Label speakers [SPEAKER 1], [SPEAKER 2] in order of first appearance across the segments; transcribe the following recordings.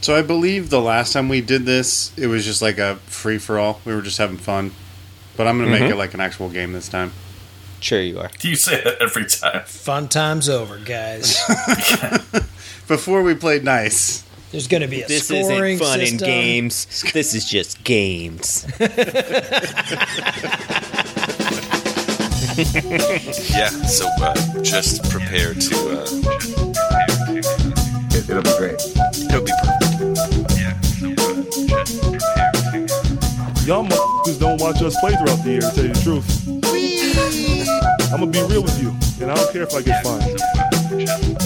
[SPEAKER 1] So I believe the last time we did this, it was just like a free for all. We were just having fun. But I'm going to make it like an actual game this time.
[SPEAKER 2] Sure you are.
[SPEAKER 3] You say that every time.
[SPEAKER 4] Fun time's over, guys.
[SPEAKER 1] Before we played nice.
[SPEAKER 4] There's going to be a
[SPEAKER 2] This
[SPEAKER 4] scoring
[SPEAKER 2] isn't fun in
[SPEAKER 4] system.
[SPEAKER 2] games. This is just games.
[SPEAKER 3] Yeah, so uh, just prepare to. Uh,
[SPEAKER 5] It, it'll be great.
[SPEAKER 3] it'll be perfect.
[SPEAKER 6] Y'all motherfuckers don't watch us play throughout the year, to tell you the truth. I'm gonna be real with you, and I don't care if I get fined.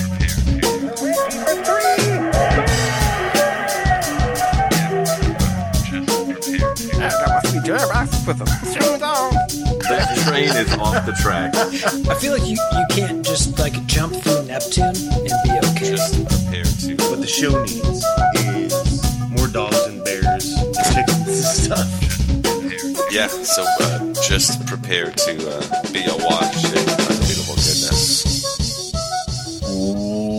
[SPEAKER 5] That train is off the track.
[SPEAKER 4] I feel like you, you can't just like jump through Neptune and be okay.
[SPEAKER 3] Just prepare to.
[SPEAKER 7] What the show needs is more dogs and bears and chickens and stuff.
[SPEAKER 3] Yeah, so uh, just prepare to uh, be a watch and uh, unbeatable goodness.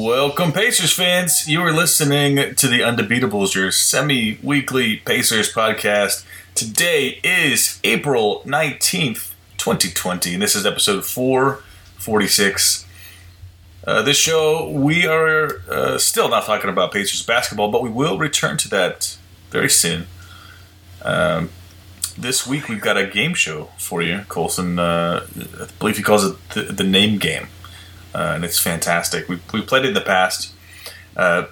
[SPEAKER 8] Welcome, Pacers fans. You are listening to the Undebeatables, your semi weekly Pacers podcast. Today is April 19th, 2020, and this is episode 446. Uh, this show, we are uh, still not talking about Pacers basketball, but we will return to that very soon. Um, this week, we've got a game show for you. Colson, uh, I believe he calls it the, the name game uh, and it's fantastic. We we played it in the past. Uh,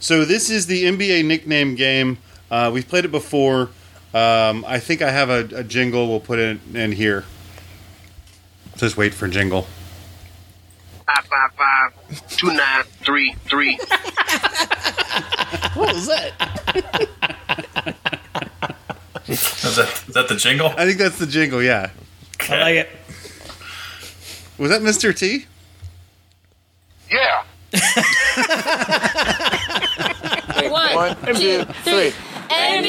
[SPEAKER 1] So this is the NBA nickname game. Uh, we've played it before. Um, I think I have a, a jingle. We'll put it in here. Just wait for jingle.
[SPEAKER 7] Five five five two nine three three.
[SPEAKER 2] What was that?
[SPEAKER 8] is, that, is that the jingle?
[SPEAKER 1] I think that's the jingle. Yeah.
[SPEAKER 4] I like it.
[SPEAKER 1] Was that Mr. T?
[SPEAKER 7] Yeah.
[SPEAKER 9] One, two, three. NBA E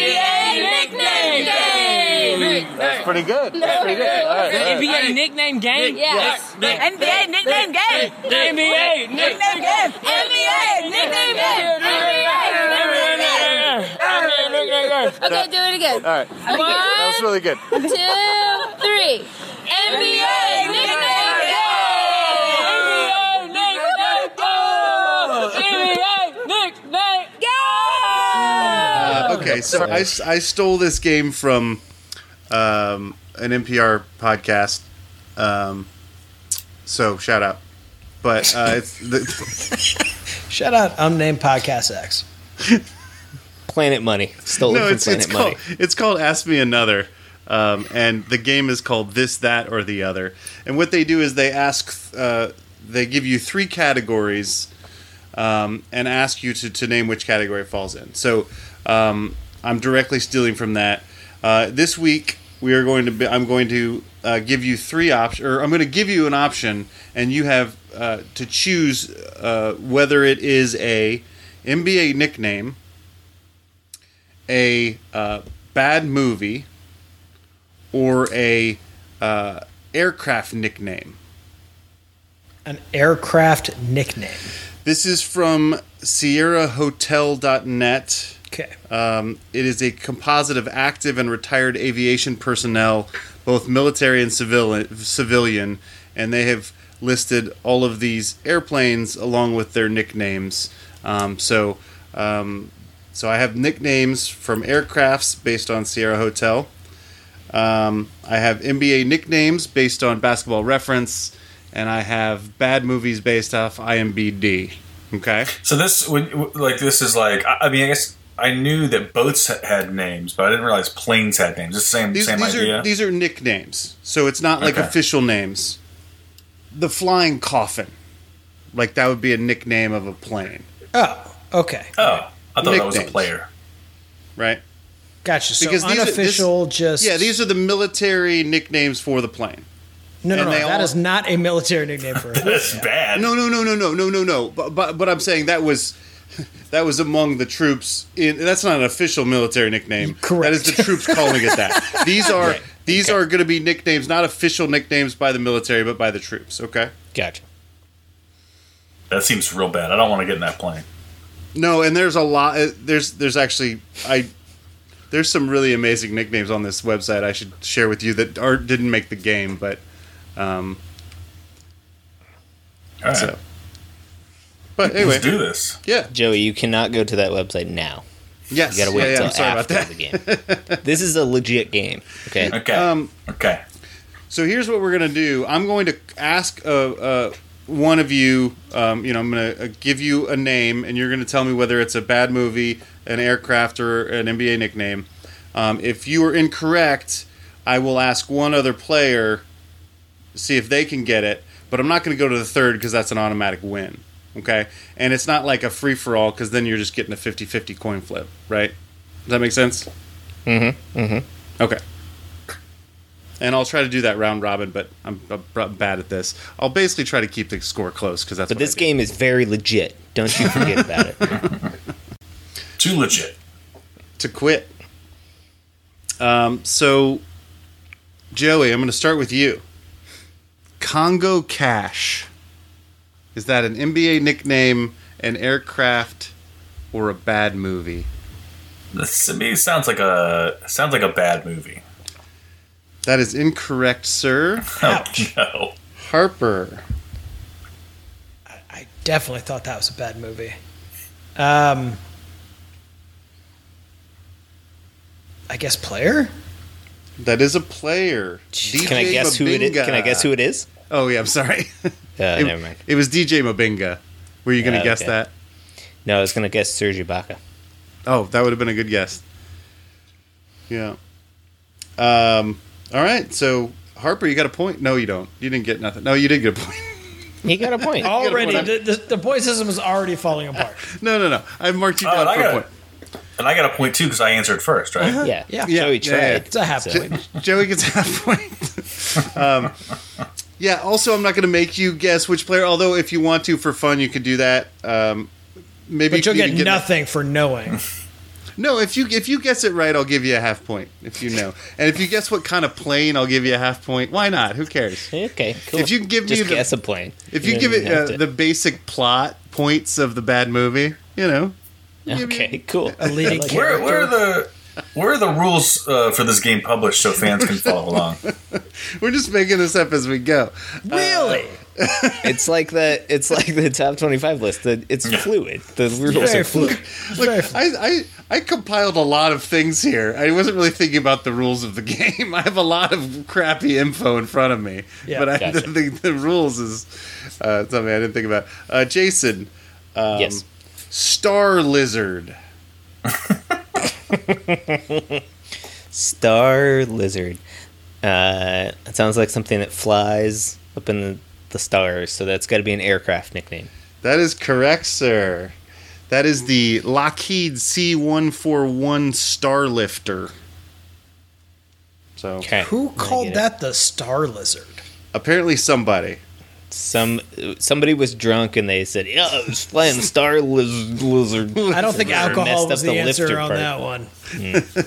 [SPEAKER 9] nickname game. That's pretty good. That's pretty good. NBA E nickname game. Yes. NBA nickname game. NBA nickname game. NBA nickname game. E Okay, do it again. All right. One, that was really good. Two, three. NBA E nickname E game. NBA nickname game. NBA nickname game.
[SPEAKER 1] Uh, okay, so I, s- I stole this game from um, an NPR podcast. Um, so shout out. But uh, it's the,
[SPEAKER 4] Shout out unnamed podcast X.
[SPEAKER 2] Planet Money. Stolen
[SPEAKER 1] no,
[SPEAKER 2] from
[SPEAKER 1] it's
[SPEAKER 2] Planet
[SPEAKER 1] it's
[SPEAKER 2] Money.
[SPEAKER 1] called it's called Ask Me Another, um, and the game is called This, That, or the Other. And what they do is they ask, uh, they give you three categories, um, and ask you to to name which category it falls in. So um, I'm directly stealing from that. Uh, this week we are going to be, I'm going to uh, give you three options, or I'm going to give you an option, and you have uh, to choose uh, whether it is a NBA nickname a uh, bad movie or a uh, aircraft nickname.
[SPEAKER 4] An aircraft nickname.
[SPEAKER 1] This is from SierraHotel.net.
[SPEAKER 4] Okay.
[SPEAKER 1] Um, it is a composite of active and retired aviation personnel, both military and civil- civilian, and they have listed all of these airplanes along with their nicknames. Um, so, um, so I have nicknames from aircrafts based on Sierra Hotel. Um, I have NBA nicknames based on Basketball Reference, and I have bad movies based off IMBD. Okay.
[SPEAKER 8] So this when like this is like I, I mean I guess I knew that boats ha- had names, but I didn't realize planes had names. It's the same
[SPEAKER 1] These,
[SPEAKER 8] same
[SPEAKER 1] these
[SPEAKER 8] idea.
[SPEAKER 1] are these are nicknames, so it's not like
[SPEAKER 8] Okay.
[SPEAKER 1] official names. The flying coffin, like that would be a nickname of a plane,
[SPEAKER 4] Oh, okay.
[SPEAKER 8] oh, I thought that was a
[SPEAKER 1] Nicknames.
[SPEAKER 8] player.
[SPEAKER 1] right?
[SPEAKER 4] Gotcha. So
[SPEAKER 1] Because these are- this-
[SPEAKER 4] unofficial, just
[SPEAKER 1] Yeah, these are the military nicknames for the plane.
[SPEAKER 4] No, no,
[SPEAKER 1] and
[SPEAKER 4] no.
[SPEAKER 1] they
[SPEAKER 4] That is
[SPEAKER 1] all-
[SPEAKER 4] not a military nickname for it.
[SPEAKER 8] That's bad.
[SPEAKER 1] No, no, no, no, no, no, no, no. But but, but I'm saying that was that was among the troops. In that's not an official military nickname. That is the troops calling it that. These are these are going to be nicknames, not official nicknames by the military, but by the troops. Okay.
[SPEAKER 2] Gotcha.
[SPEAKER 8] That seems real bad. I don't want to get in that plane.
[SPEAKER 1] No, and there's a lot. uh, There's there's actually I there's some really amazing nicknames on this website. I should share with you that are didn't make the game, but um,
[SPEAKER 8] All right.
[SPEAKER 1] so. But anyway,
[SPEAKER 8] Let's do this.
[SPEAKER 1] yeah,
[SPEAKER 2] Joey, you cannot go to that website now.
[SPEAKER 1] yes,
[SPEAKER 2] You gotta wait
[SPEAKER 1] yeah, yeah,
[SPEAKER 2] until
[SPEAKER 1] I'm sorry about
[SPEAKER 2] after
[SPEAKER 1] that.
[SPEAKER 2] the game. this is a legit game. Okay.
[SPEAKER 8] Okay.
[SPEAKER 1] Um,
[SPEAKER 8] okay.
[SPEAKER 1] So here's what we're gonna do. I'm going to ask uh, uh, one of you. Um, you know, I'm gonna uh, give you a name, and you're gonna tell me whether it's a bad movie, an aircraft, or an NBA nickname. Um, if you are incorrect, I will ask one other player, see if they can get it. But I'm not gonna go to the third because that's an automatic win. Okay, and it's not like a free for all because then you're just getting a 50-50 coin flip, right? Does that make sense? Okay. And I'll try to do that round robin, but I'm, I'm br- bad at this. I'll basically try to keep the score close because that's.
[SPEAKER 2] But
[SPEAKER 1] what
[SPEAKER 2] this
[SPEAKER 1] I do.
[SPEAKER 2] game is very legit. Don't you forget about it.
[SPEAKER 8] Too legit.
[SPEAKER 1] to quit. Um, so, Joey, I'm going to start with you. Congo Cash. Is that an NBA nickname, an aircraft, or a bad movie?
[SPEAKER 8] This to me it sounds like a sounds like a bad movie.
[SPEAKER 1] That is incorrect, sir.
[SPEAKER 8] Oh no.
[SPEAKER 1] Harper.
[SPEAKER 4] I definitely thought that was a bad movie. Um, I guess player.
[SPEAKER 1] That is a player. DJ
[SPEAKER 2] can I guess who it is? Can I guess who it is?
[SPEAKER 1] Oh yeah, I'm sorry.
[SPEAKER 2] Uh,
[SPEAKER 1] it,
[SPEAKER 2] never mind.
[SPEAKER 1] It was DJ Mabinga. Were you going to
[SPEAKER 2] Yeah,
[SPEAKER 1] guess
[SPEAKER 2] okay.
[SPEAKER 1] that?
[SPEAKER 2] No, I was gonna guess Serge Ibaka.
[SPEAKER 1] Oh, that would have been a good guess. Yeah. Um. All right. So Harper, you got a point. No, you don't. You didn't get nothing. No, you did get a point.
[SPEAKER 2] He got a point.
[SPEAKER 1] Oh,
[SPEAKER 4] Already,
[SPEAKER 1] point.
[SPEAKER 4] the, the, the boy system is already falling apart.
[SPEAKER 1] No, no, no. I marked you
[SPEAKER 8] Oh,
[SPEAKER 1] down
[SPEAKER 8] and I
[SPEAKER 1] for a
[SPEAKER 8] got a
[SPEAKER 1] point.
[SPEAKER 8] And I got a point too because I answered first, right?
[SPEAKER 1] Uh-huh.
[SPEAKER 2] yeah.
[SPEAKER 4] Yeah.
[SPEAKER 2] So he
[SPEAKER 1] Yeah,
[SPEAKER 2] tried.
[SPEAKER 1] yeah, yeah.
[SPEAKER 4] It's a half
[SPEAKER 2] So-
[SPEAKER 4] point.
[SPEAKER 1] Joey gets a half point. um, yeah. Also, I'm not going to make you guess which player. Although, if you want to for fun, you could do that. Um, maybe
[SPEAKER 4] But
[SPEAKER 1] you
[SPEAKER 4] you'll
[SPEAKER 1] could
[SPEAKER 4] get
[SPEAKER 1] even
[SPEAKER 4] nothing for knowing.
[SPEAKER 1] No, if you if you guess it right, I'll give you a half point. If you know, and if you guess what kind of plane, I'll give you a half point. Why not? Who cares?
[SPEAKER 2] Okay. Cool.
[SPEAKER 1] If you can give
[SPEAKER 2] Just
[SPEAKER 1] me the-
[SPEAKER 2] guess a plane.
[SPEAKER 1] If you,
[SPEAKER 2] don't
[SPEAKER 1] give it
[SPEAKER 2] even have
[SPEAKER 1] uh,
[SPEAKER 2] to-
[SPEAKER 1] the basic plot points of the bad movie, you know,
[SPEAKER 2] okay, cool.
[SPEAKER 4] A leading
[SPEAKER 8] Where, where are
[SPEAKER 4] character.
[SPEAKER 8] the where are the rules uh, for this game published so fans can follow along?
[SPEAKER 1] we're just making this up as we go.
[SPEAKER 4] really?
[SPEAKER 2] It's like the it's like the top twenty five list. The, it's fluid. The rules
[SPEAKER 4] Very
[SPEAKER 2] are fluid.
[SPEAKER 4] fluid. Very
[SPEAKER 1] Look,
[SPEAKER 4] fun.
[SPEAKER 1] I, I I compiled a lot of things here. I wasn't really thinking about the rules of the game. I have a lot of crappy info in front of me,
[SPEAKER 4] Yeah.
[SPEAKER 1] but I,
[SPEAKER 2] Gotcha.
[SPEAKER 1] the, the, the rules is uh, something I didn't think about. Uh, Jason,
[SPEAKER 2] yes.
[SPEAKER 1] Star Lizard.
[SPEAKER 2] Star lizard. Uh, it sounds like something that flies up in the, the stars. So that's got to be an aircraft nickname.
[SPEAKER 1] That is correct, sir. That is the Lockheed C141 Starlifter. So
[SPEAKER 2] Okay.
[SPEAKER 4] Who
[SPEAKER 2] I
[SPEAKER 4] called
[SPEAKER 2] get it.
[SPEAKER 4] that the Star Lizard?
[SPEAKER 1] apparently somebody.
[SPEAKER 2] Some somebody was drunk and they said, "Yeah, I was flying star liz- lizard."
[SPEAKER 4] I don't think
[SPEAKER 2] Or
[SPEAKER 4] alcohol
[SPEAKER 2] messed
[SPEAKER 4] was
[SPEAKER 2] up
[SPEAKER 4] the,
[SPEAKER 2] the
[SPEAKER 4] answer
[SPEAKER 2] lifter
[SPEAKER 4] on
[SPEAKER 2] part. Hmm.
[SPEAKER 4] that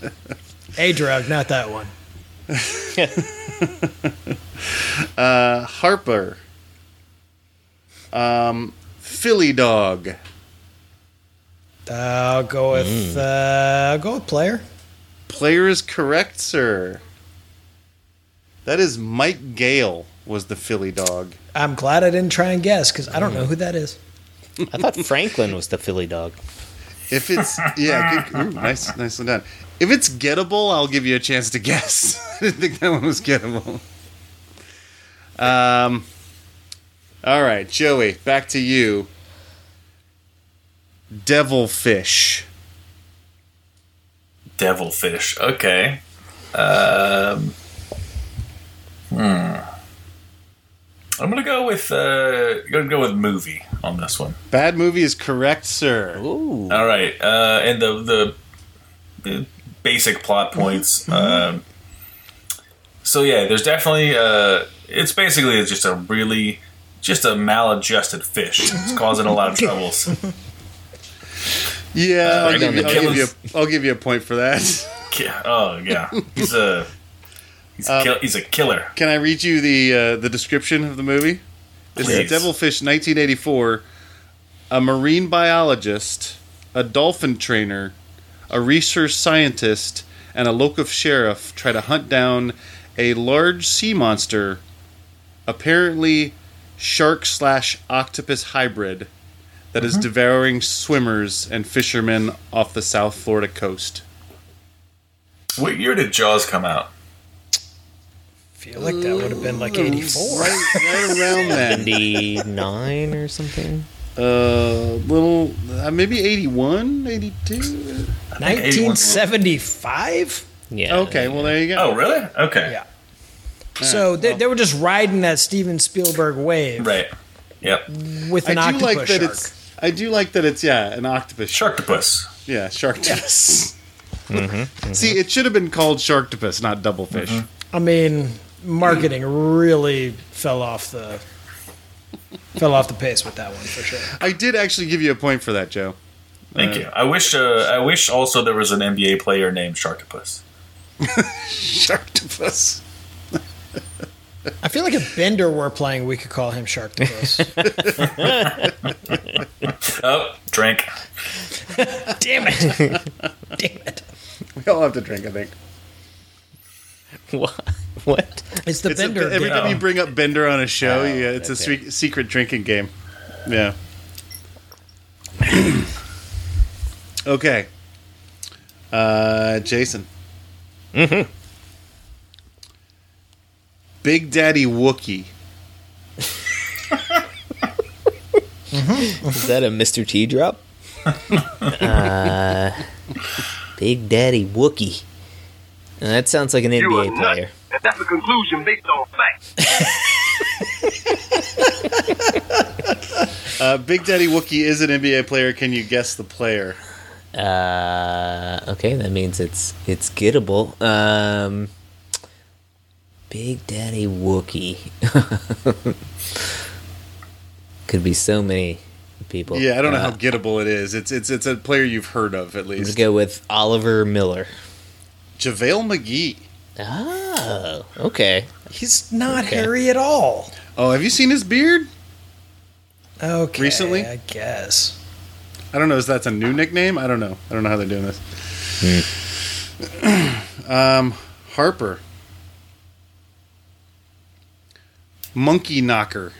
[SPEAKER 4] one. A drug, not that one.
[SPEAKER 1] Uh, Harper. Um, Philly dog.
[SPEAKER 4] Uh, I'll go
[SPEAKER 2] Hmm.
[SPEAKER 4] with uh, I'll go with player.
[SPEAKER 1] Player is correct, sir. That is Mike Gale was the Philly dog.
[SPEAKER 4] I'm glad I didn't try and guess because I don't
[SPEAKER 2] Hmm.
[SPEAKER 4] know who that is.
[SPEAKER 2] I thought Franklin was the Philly dog.
[SPEAKER 1] If it's yeah, good, ooh, nice, nicely done. If it's gettable, I'll give you a chance to guess. I didn't think that one was gettable. Um, all right, Joey, back to you. Devilfish.
[SPEAKER 8] Devilfish. Okay. Um, hmm. I'm gonna go with uh, gonna go with movie on this one.
[SPEAKER 1] Bad movie is correct, sir.
[SPEAKER 2] Ooh,
[SPEAKER 8] All right, uh, and the the, the basic plot points. um, so yeah, there's definitely uh, it's basically it's just a really just a maladjusted fish. It's causing a lot of troubles.
[SPEAKER 1] Yeah, I'll, give
[SPEAKER 2] down
[SPEAKER 1] you,
[SPEAKER 2] the
[SPEAKER 1] I'll give
[SPEAKER 8] middle.
[SPEAKER 1] you a, I'll give you a point for that.
[SPEAKER 8] Ki- Oh yeah, he's a he's a, kill, he's a killer.
[SPEAKER 1] Can I read you the uh, the description of the movie? It's
[SPEAKER 8] Please.
[SPEAKER 1] Devilfish, 1984. a marine biologist, a dolphin trainer, a research scientist, and a local sheriff try to hunt down a large sea monster, apparently shark slash octopus hybrid, that is devouring swimmers and fishermen off the South Florida coast.
[SPEAKER 8] What year did Jaws come out?
[SPEAKER 4] feel like that would have been like 84.
[SPEAKER 1] Right around then.
[SPEAKER 2] 99 or something.
[SPEAKER 1] Uh, little, uh, maybe 81, 82?
[SPEAKER 4] 1975?
[SPEAKER 2] Yeah.
[SPEAKER 1] Okay, well, there you go.
[SPEAKER 8] Oh, really? Okay.
[SPEAKER 4] Yeah. So they, they were just riding that Steven Spielberg wave
[SPEAKER 8] Right. Yep.
[SPEAKER 4] with an
[SPEAKER 1] I do
[SPEAKER 4] octopus
[SPEAKER 1] like that
[SPEAKER 4] shark.
[SPEAKER 1] it's. I do like that it's yeah an octopus shark.
[SPEAKER 8] Sharktopus.
[SPEAKER 1] Yeah, sharktopus.
[SPEAKER 8] Mm-hmm,
[SPEAKER 1] See, it should have been called sharktopus, not double fish.
[SPEAKER 4] I mean, marketing really fell off the fell off the pace with that one for sure.
[SPEAKER 1] I did actually give you a point for that, Joe.
[SPEAKER 8] Thank you. I wish. Uh, I wish also there was an NBA player named Sharktopus.
[SPEAKER 1] Sharktopus.
[SPEAKER 4] I feel like if Bender were playing, we could call him Sharktopus.
[SPEAKER 8] Oh, drink.
[SPEAKER 4] Damn it! Damn it!
[SPEAKER 1] We all have to drink, I think.
[SPEAKER 2] What? what?
[SPEAKER 4] It's the
[SPEAKER 1] It's a-
[SPEAKER 4] Bender.
[SPEAKER 1] every
[SPEAKER 4] game.
[SPEAKER 1] time you bring up Bender on a show,
[SPEAKER 2] Oh,
[SPEAKER 1] yeah, it's a
[SPEAKER 2] that's
[SPEAKER 1] swe- secret drinking game. Yeah. okay. Uh, Jason. Mm-hmm. Big Daddy Wookie.
[SPEAKER 2] Is that a Mr. T drop? uh, Big Daddy Wookie. Uh, that sounds like an NBA player.
[SPEAKER 5] That's a conclusion based on fact.
[SPEAKER 1] Uh, Big Daddy Wookie is an NBA player. Can you guess the player?
[SPEAKER 2] Uh, okay, that means it's it's gettable. Um, Big Daddy Wookie. Could be so many people.
[SPEAKER 1] Yeah, I don't know
[SPEAKER 2] Uh,
[SPEAKER 1] how gettable it is. It's it's it's a player you've heard of at
[SPEAKER 2] Let's
[SPEAKER 1] least.
[SPEAKER 2] go with Oliver Miller.
[SPEAKER 1] JaVale McGee.
[SPEAKER 2] Oh, okay.
[SPEAKER 4] He's not
[SPEAKER 2] Okay.
[SPEAKER 4] hairy at all.
[SPEAKER 1] Oh, have you seen his beard?
[SPEAKER 4] Okay.
[SPEAKER 1] Recently?
[SPEAKER 4] I guess.
[SPEAKER 1] I don't know. Is that a new nickname? I don't know. I don't know how they're doing this. um, Harper, monkey knocker.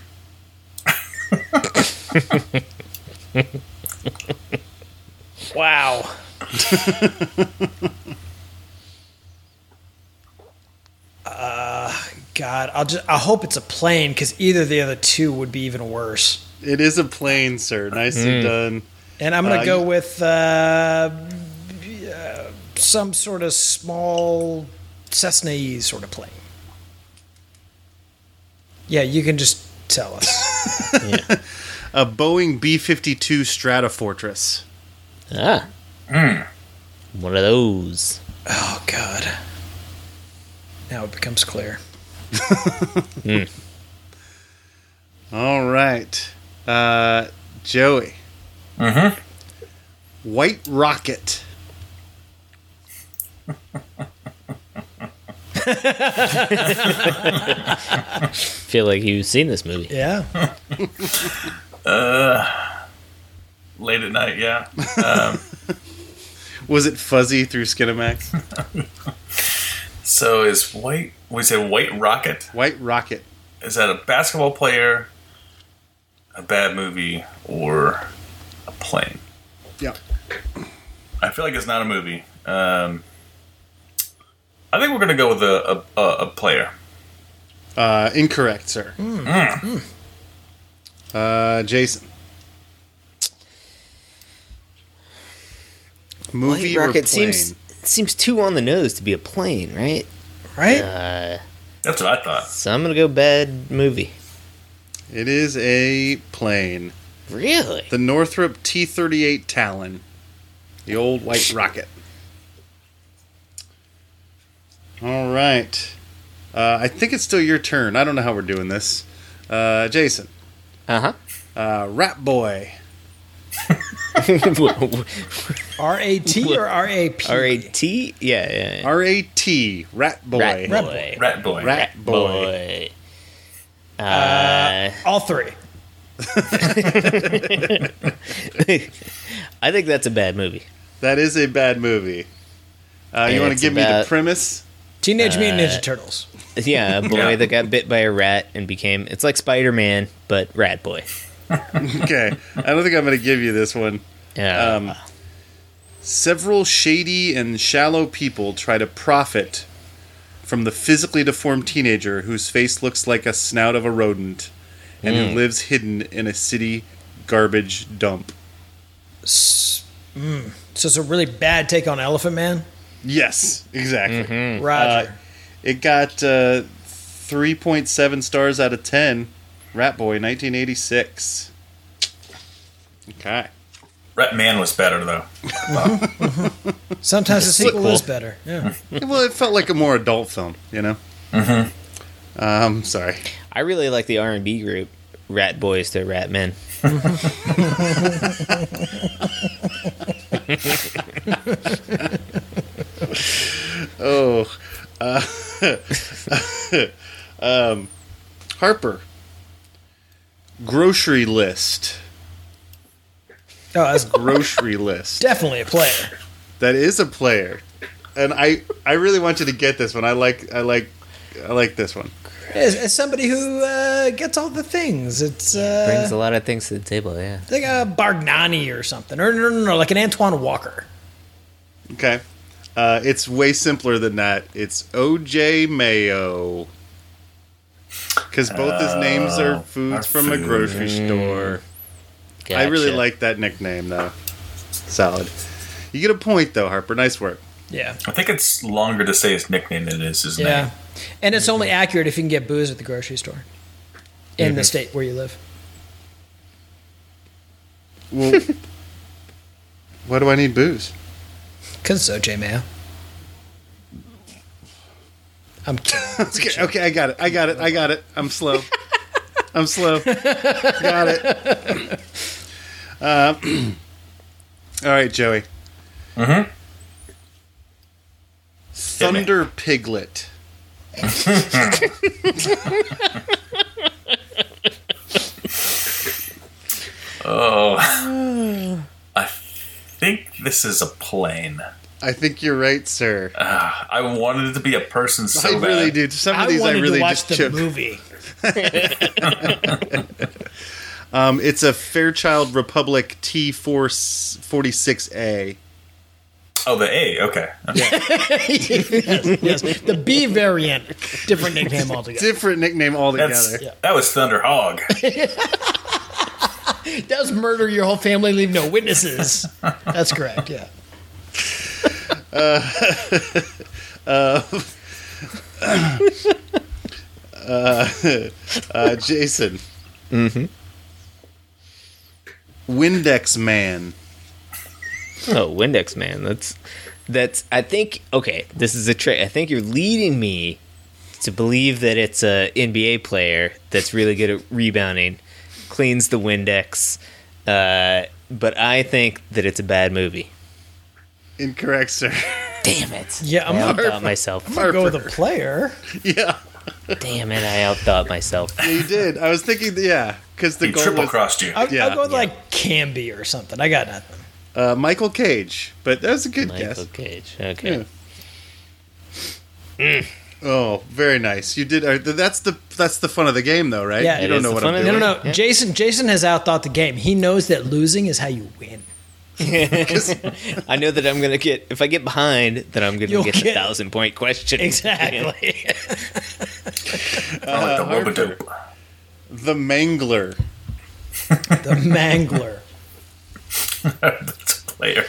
[SPEAKER 4] Wow. uh, God, I'll just. I hope it's a plane because either of the other two would be even worse.
[SPEAKER 1] It is a plane, sir. Nicely done.
[SPEAKER 4] And I'm gonna
[SPEAKER 1] Uh,
[SPEAKER 4] go
[SPEAKER 1] you-
[SPEAKER 4] with uh, b- uh, some sort of small Cessna sort of plane. Yeah, you can just tell us.
[SPEAKER 1] A Boeing B fifty two Stratofortress.
[SPEAKER 2] Ah.
[SPEAKER 1] Hmm.
[SPEAKER 2] One of those.
[SPEAKER 4] oh God. Now it becomes clear.
[SPEAKER 1] All right, uh, Joey. Mm-hmm. White rocket.
[SPEAKER 2] Feel like you've seen this movie.
[SPEAKER 4] Yeah.
[SPEAKER 8] Late at night. Yeah.
[SPEAKER 1] Was it fuzzy through Skinamax?
[SPEAKER 8] So is white? We say white rocket.
[SPEAKER 1] White rocket.
[SPEAKER 8] Is that a basketball player, a bad movie, or a plane?
[SPEAKER 1] Yeah.
[SPEAKER 8] I feel like it's not a movie. Um, I think we're gonna go with a a, a, a player.
[SPEAKER 1] Uh, incorrect, sir. Uh, Jason. Movie or plane?
[SPEAKER 2] Rocket seems seems too on the nose to be a plane, right?
[SPEAKER 4] Right.
[SPEAKER 8] That's what I thought.
[SPEAKER 2] So I'm gonna go bad movie.
[SPEAKER 1] It is a plane.
[SPEAKER 2] Really?
[SPEAKER 1] The Northrop T 38 Talon. The old white rocket. All right. Uh, I think it's still your turn. I don't know how we're doing this. Uh, Jason.
[SPEAKER 2] Uh
[SPEAKER 1] Uh, Rat Boy.
[SPEAKER 2] huh.
[SPEAKER 4] R A T or R A P?
[SPEAKER 2] R A T. Yeah, yeah. yeah.
[SPEAKER 1] R A T. Rat Boy.
[SPEAKER 2] Rat
[SPEAKER 1] Rat
[SPEAKER 2] boy.
[SPEAKER 8] Rat boy.
[SPEAKER 1] boy.
[SPEAKER 2] Boy. Uh,
[SPEAKER 4] All three.
[SPEAKER 2] I think that's a bad movie.
[SPEAKER 1] That is a bad movie. Uh, you want to
[SPEAKER 2] It's
[SPEAKER 1] give me the
[SPEAKER 2] about-
[SPEAKER 1] premise?
[SPEAKER 4] Teenage Mutant Ninja Turtles.
[SPEAKER 2] Yeah, a boy
[SPEAKER 8] Yeah.
[SPEAKER 2] that got bit by a rat and became it's like Spider Man, but Rat Boy.
[SPEAKER 1] Okay. I don't think I'm going to give you this one.
[SPEAKER 2] Yeah.
[SPEAKER 1] Um, Several shady and shallow people try to profit from the physically deformed teenager whose face looks like a snout of a rodent and who lives hidden in a city garbage dump.
[SPEAKER 4] So it's a really bad take on Elephant Man.
[SPEAKER 1] Yes, exactly.
[SPEAKER 4] Mm-hmm. Roger.
[SPEAKER 1] It got uh, 3.7 stars out of 10. Rat Boy, 1986. Okay.
[SPEAKER 8] Rat Man was better though.
[SPEAKER 4] Sometimes the sequel
[SPEAKER 2] sequel.
[SPEAKER 4] is better. Yeah. Oh,
[SPEAKER 1] well, it felt like a more adult film, you know? Mm-hmm. Um, sorry.
[SPEAKER 2] I really like the R and B group, Rat Boys to Rat Men.
[SPEAKER 1] Oh, uh, um, Harper. Grocery list.
[SPEAKER 4] Oh, that's
[SPEAKER 1] Grocery list.
[SPEAKER 4] definitely a player.
[SPEAKER 1] That is a player, and I I really want you to get this one. I like I like I like this one.
[SPEAKER 4] It's, it's somebody who uh, gets all the things. It's uh,
[SPEAKER 2] Brings a lot of things to the table. Yeah.
[SPEAKER 4] like a Bargnani or something, or no, no, no, like an Antoine Walker.
[SPEAKER 1] Okay, uh, it's way simpler than that. It's O.J. Mayo. Because both his names are foods from a grocery store. I really
[SPEAKER 2] Gotcha.
[SPEAKER 1] like that nickname though. Solid. You get a point though, Harper. Nice work.
[SPEAKER 4] Yeah,
[SPEAKER 8] I think it's longer to say his nickname than it is his
[SPEAKER 4] yeah,
[SPEAKER 8] name.
[SPEAKER 4] and it's only accurate if you can get booze at the grocery store in the state where you live.
[SPEAKER 1] Well, why do I need booze?
[SPEAKER 4] Cause it's OJ Mayo. I'm kidding.
[SPEAKER 1] Okay, okay, I got it. I got it. I got it. I'm slow. I'm slow. Got it. Uh, all right, Joey. Mm-hmm. Thunder Piglet.
[SPEAKER 8] I think this is a plane.
[SPEAKER 1] I think you're right, sir.
[SPEAKER 8] I wanted it to be a person so
[SPEAKER 1] I really
[SPEAKER 8] bad.
[SPEAKER 1] do. Some of
[SPEAKER 4] I
[SPEAKER 1] these I,
[SPEAKER 4] wanted
[SPEAKER 1] really
[SPEAKER 4] to watch
[SPEAKER 1] just
[SPEAKER 4] the
[SPEAKER 1] took.
[SPEAKER 4] movie.
[SPEAKER 1] Um, it's a Fairchild Republic T446A.
[SPEAKER 8] Oh, the A. Okay.
[SPEAKER 4] yes, the B variant, different nickname altogether.
[SPEAKER 1] Different nickname altogether.
[SPEAKER 8] That's, That was Thunder Hog.
[SPEAKER 4] Does murder your whole family, leave no witnesses. That's correct. Yeah.
[SPEAKER 1] Uh, Jason. Mm-hmm. Windex Man.
[SPEAKER 2] Oh, Windex man, that's that's. I think okay, this is a trick. I think you're leading me to believe that it's a NBA player that's really good at rebounding, cleans the Windex, uh, but I think that it's a bad movie.
[SPEAKER 1] Incorrect, sir.
[SPEAKER 2] Damn it!
[SPEAKER 4] Yeah, I'm
[SPEAKER 2] I
[SPEAKER 4] gonna-
[SPEAKER 2] outthought myself.
[SPEAKER 4] I'll go with a player.
[SPEAKER 1] yeah,
[SPEAKER 2] Damn it! I outthought myself.
[SPEAKER 1] you did. I was thinking, yeah, because the
[SPEAKER 8] He
[SPEAKER 1] goal
[SPEAKER 8] triple
[SPEAKER 1] was
[SPEAKER 8] crossed you.
[SPEAKER 4] I'll,
[SPEAKER 1] Yeah.
[SPEAKER 4] I'll go with like Camby or something. I got nothing.
[SPEAKER 1] uh, Michael Cage, but that was a good
[SPEAKER 2] Michael
[SPEAKER 1] guess.
[SPEAKER 2] Cage. Okay.
[SPEAKER 1] Yeah. Oh, very nice. You did. Uh, th- that's the that's the fun of the game, though, right?
[SPEAKER 4] Yeah,
[SPEAKER 1] you
[SPEAKER 4] it
[SPEAKER 1] don't
[SPEAKER 2] is
[SPEAKER 1] know
[SPEAKER 2] the
[SPEAKER 1] what
[SPEAKER 2] fun
[SPEAKER 1] I'm
[SPEAKER 2] of the
[SPEAKER 1] doing.
[SPEAKER 4] No,
[SPEAKER 2] game.
[SPEAKER 4] no, no.
[SPEAKER 2] Yeah.
[SPEAKER 4] Jason, Jason has outthought the game. He knows that losing is how you win.
[SPEAKER 2] I know that I'm gonna get if I get behind, then I'm gonna
[SPEAKER 4] You'll
[SPEAKER 2] get the
[SPEAKER 4] get-
[SPEAKER 2] thousand point question.
[SPEAKER 4] Exactly.
[SPEAKER 8] I'm like the
[SPEAKER 1] Uh, Harper.
[SPEAKER 8] Robodope.
[SPEAKER 1] The Mangler.
[SPEAKER 4] the Mangler.
[SPEAKER 8] That's a player.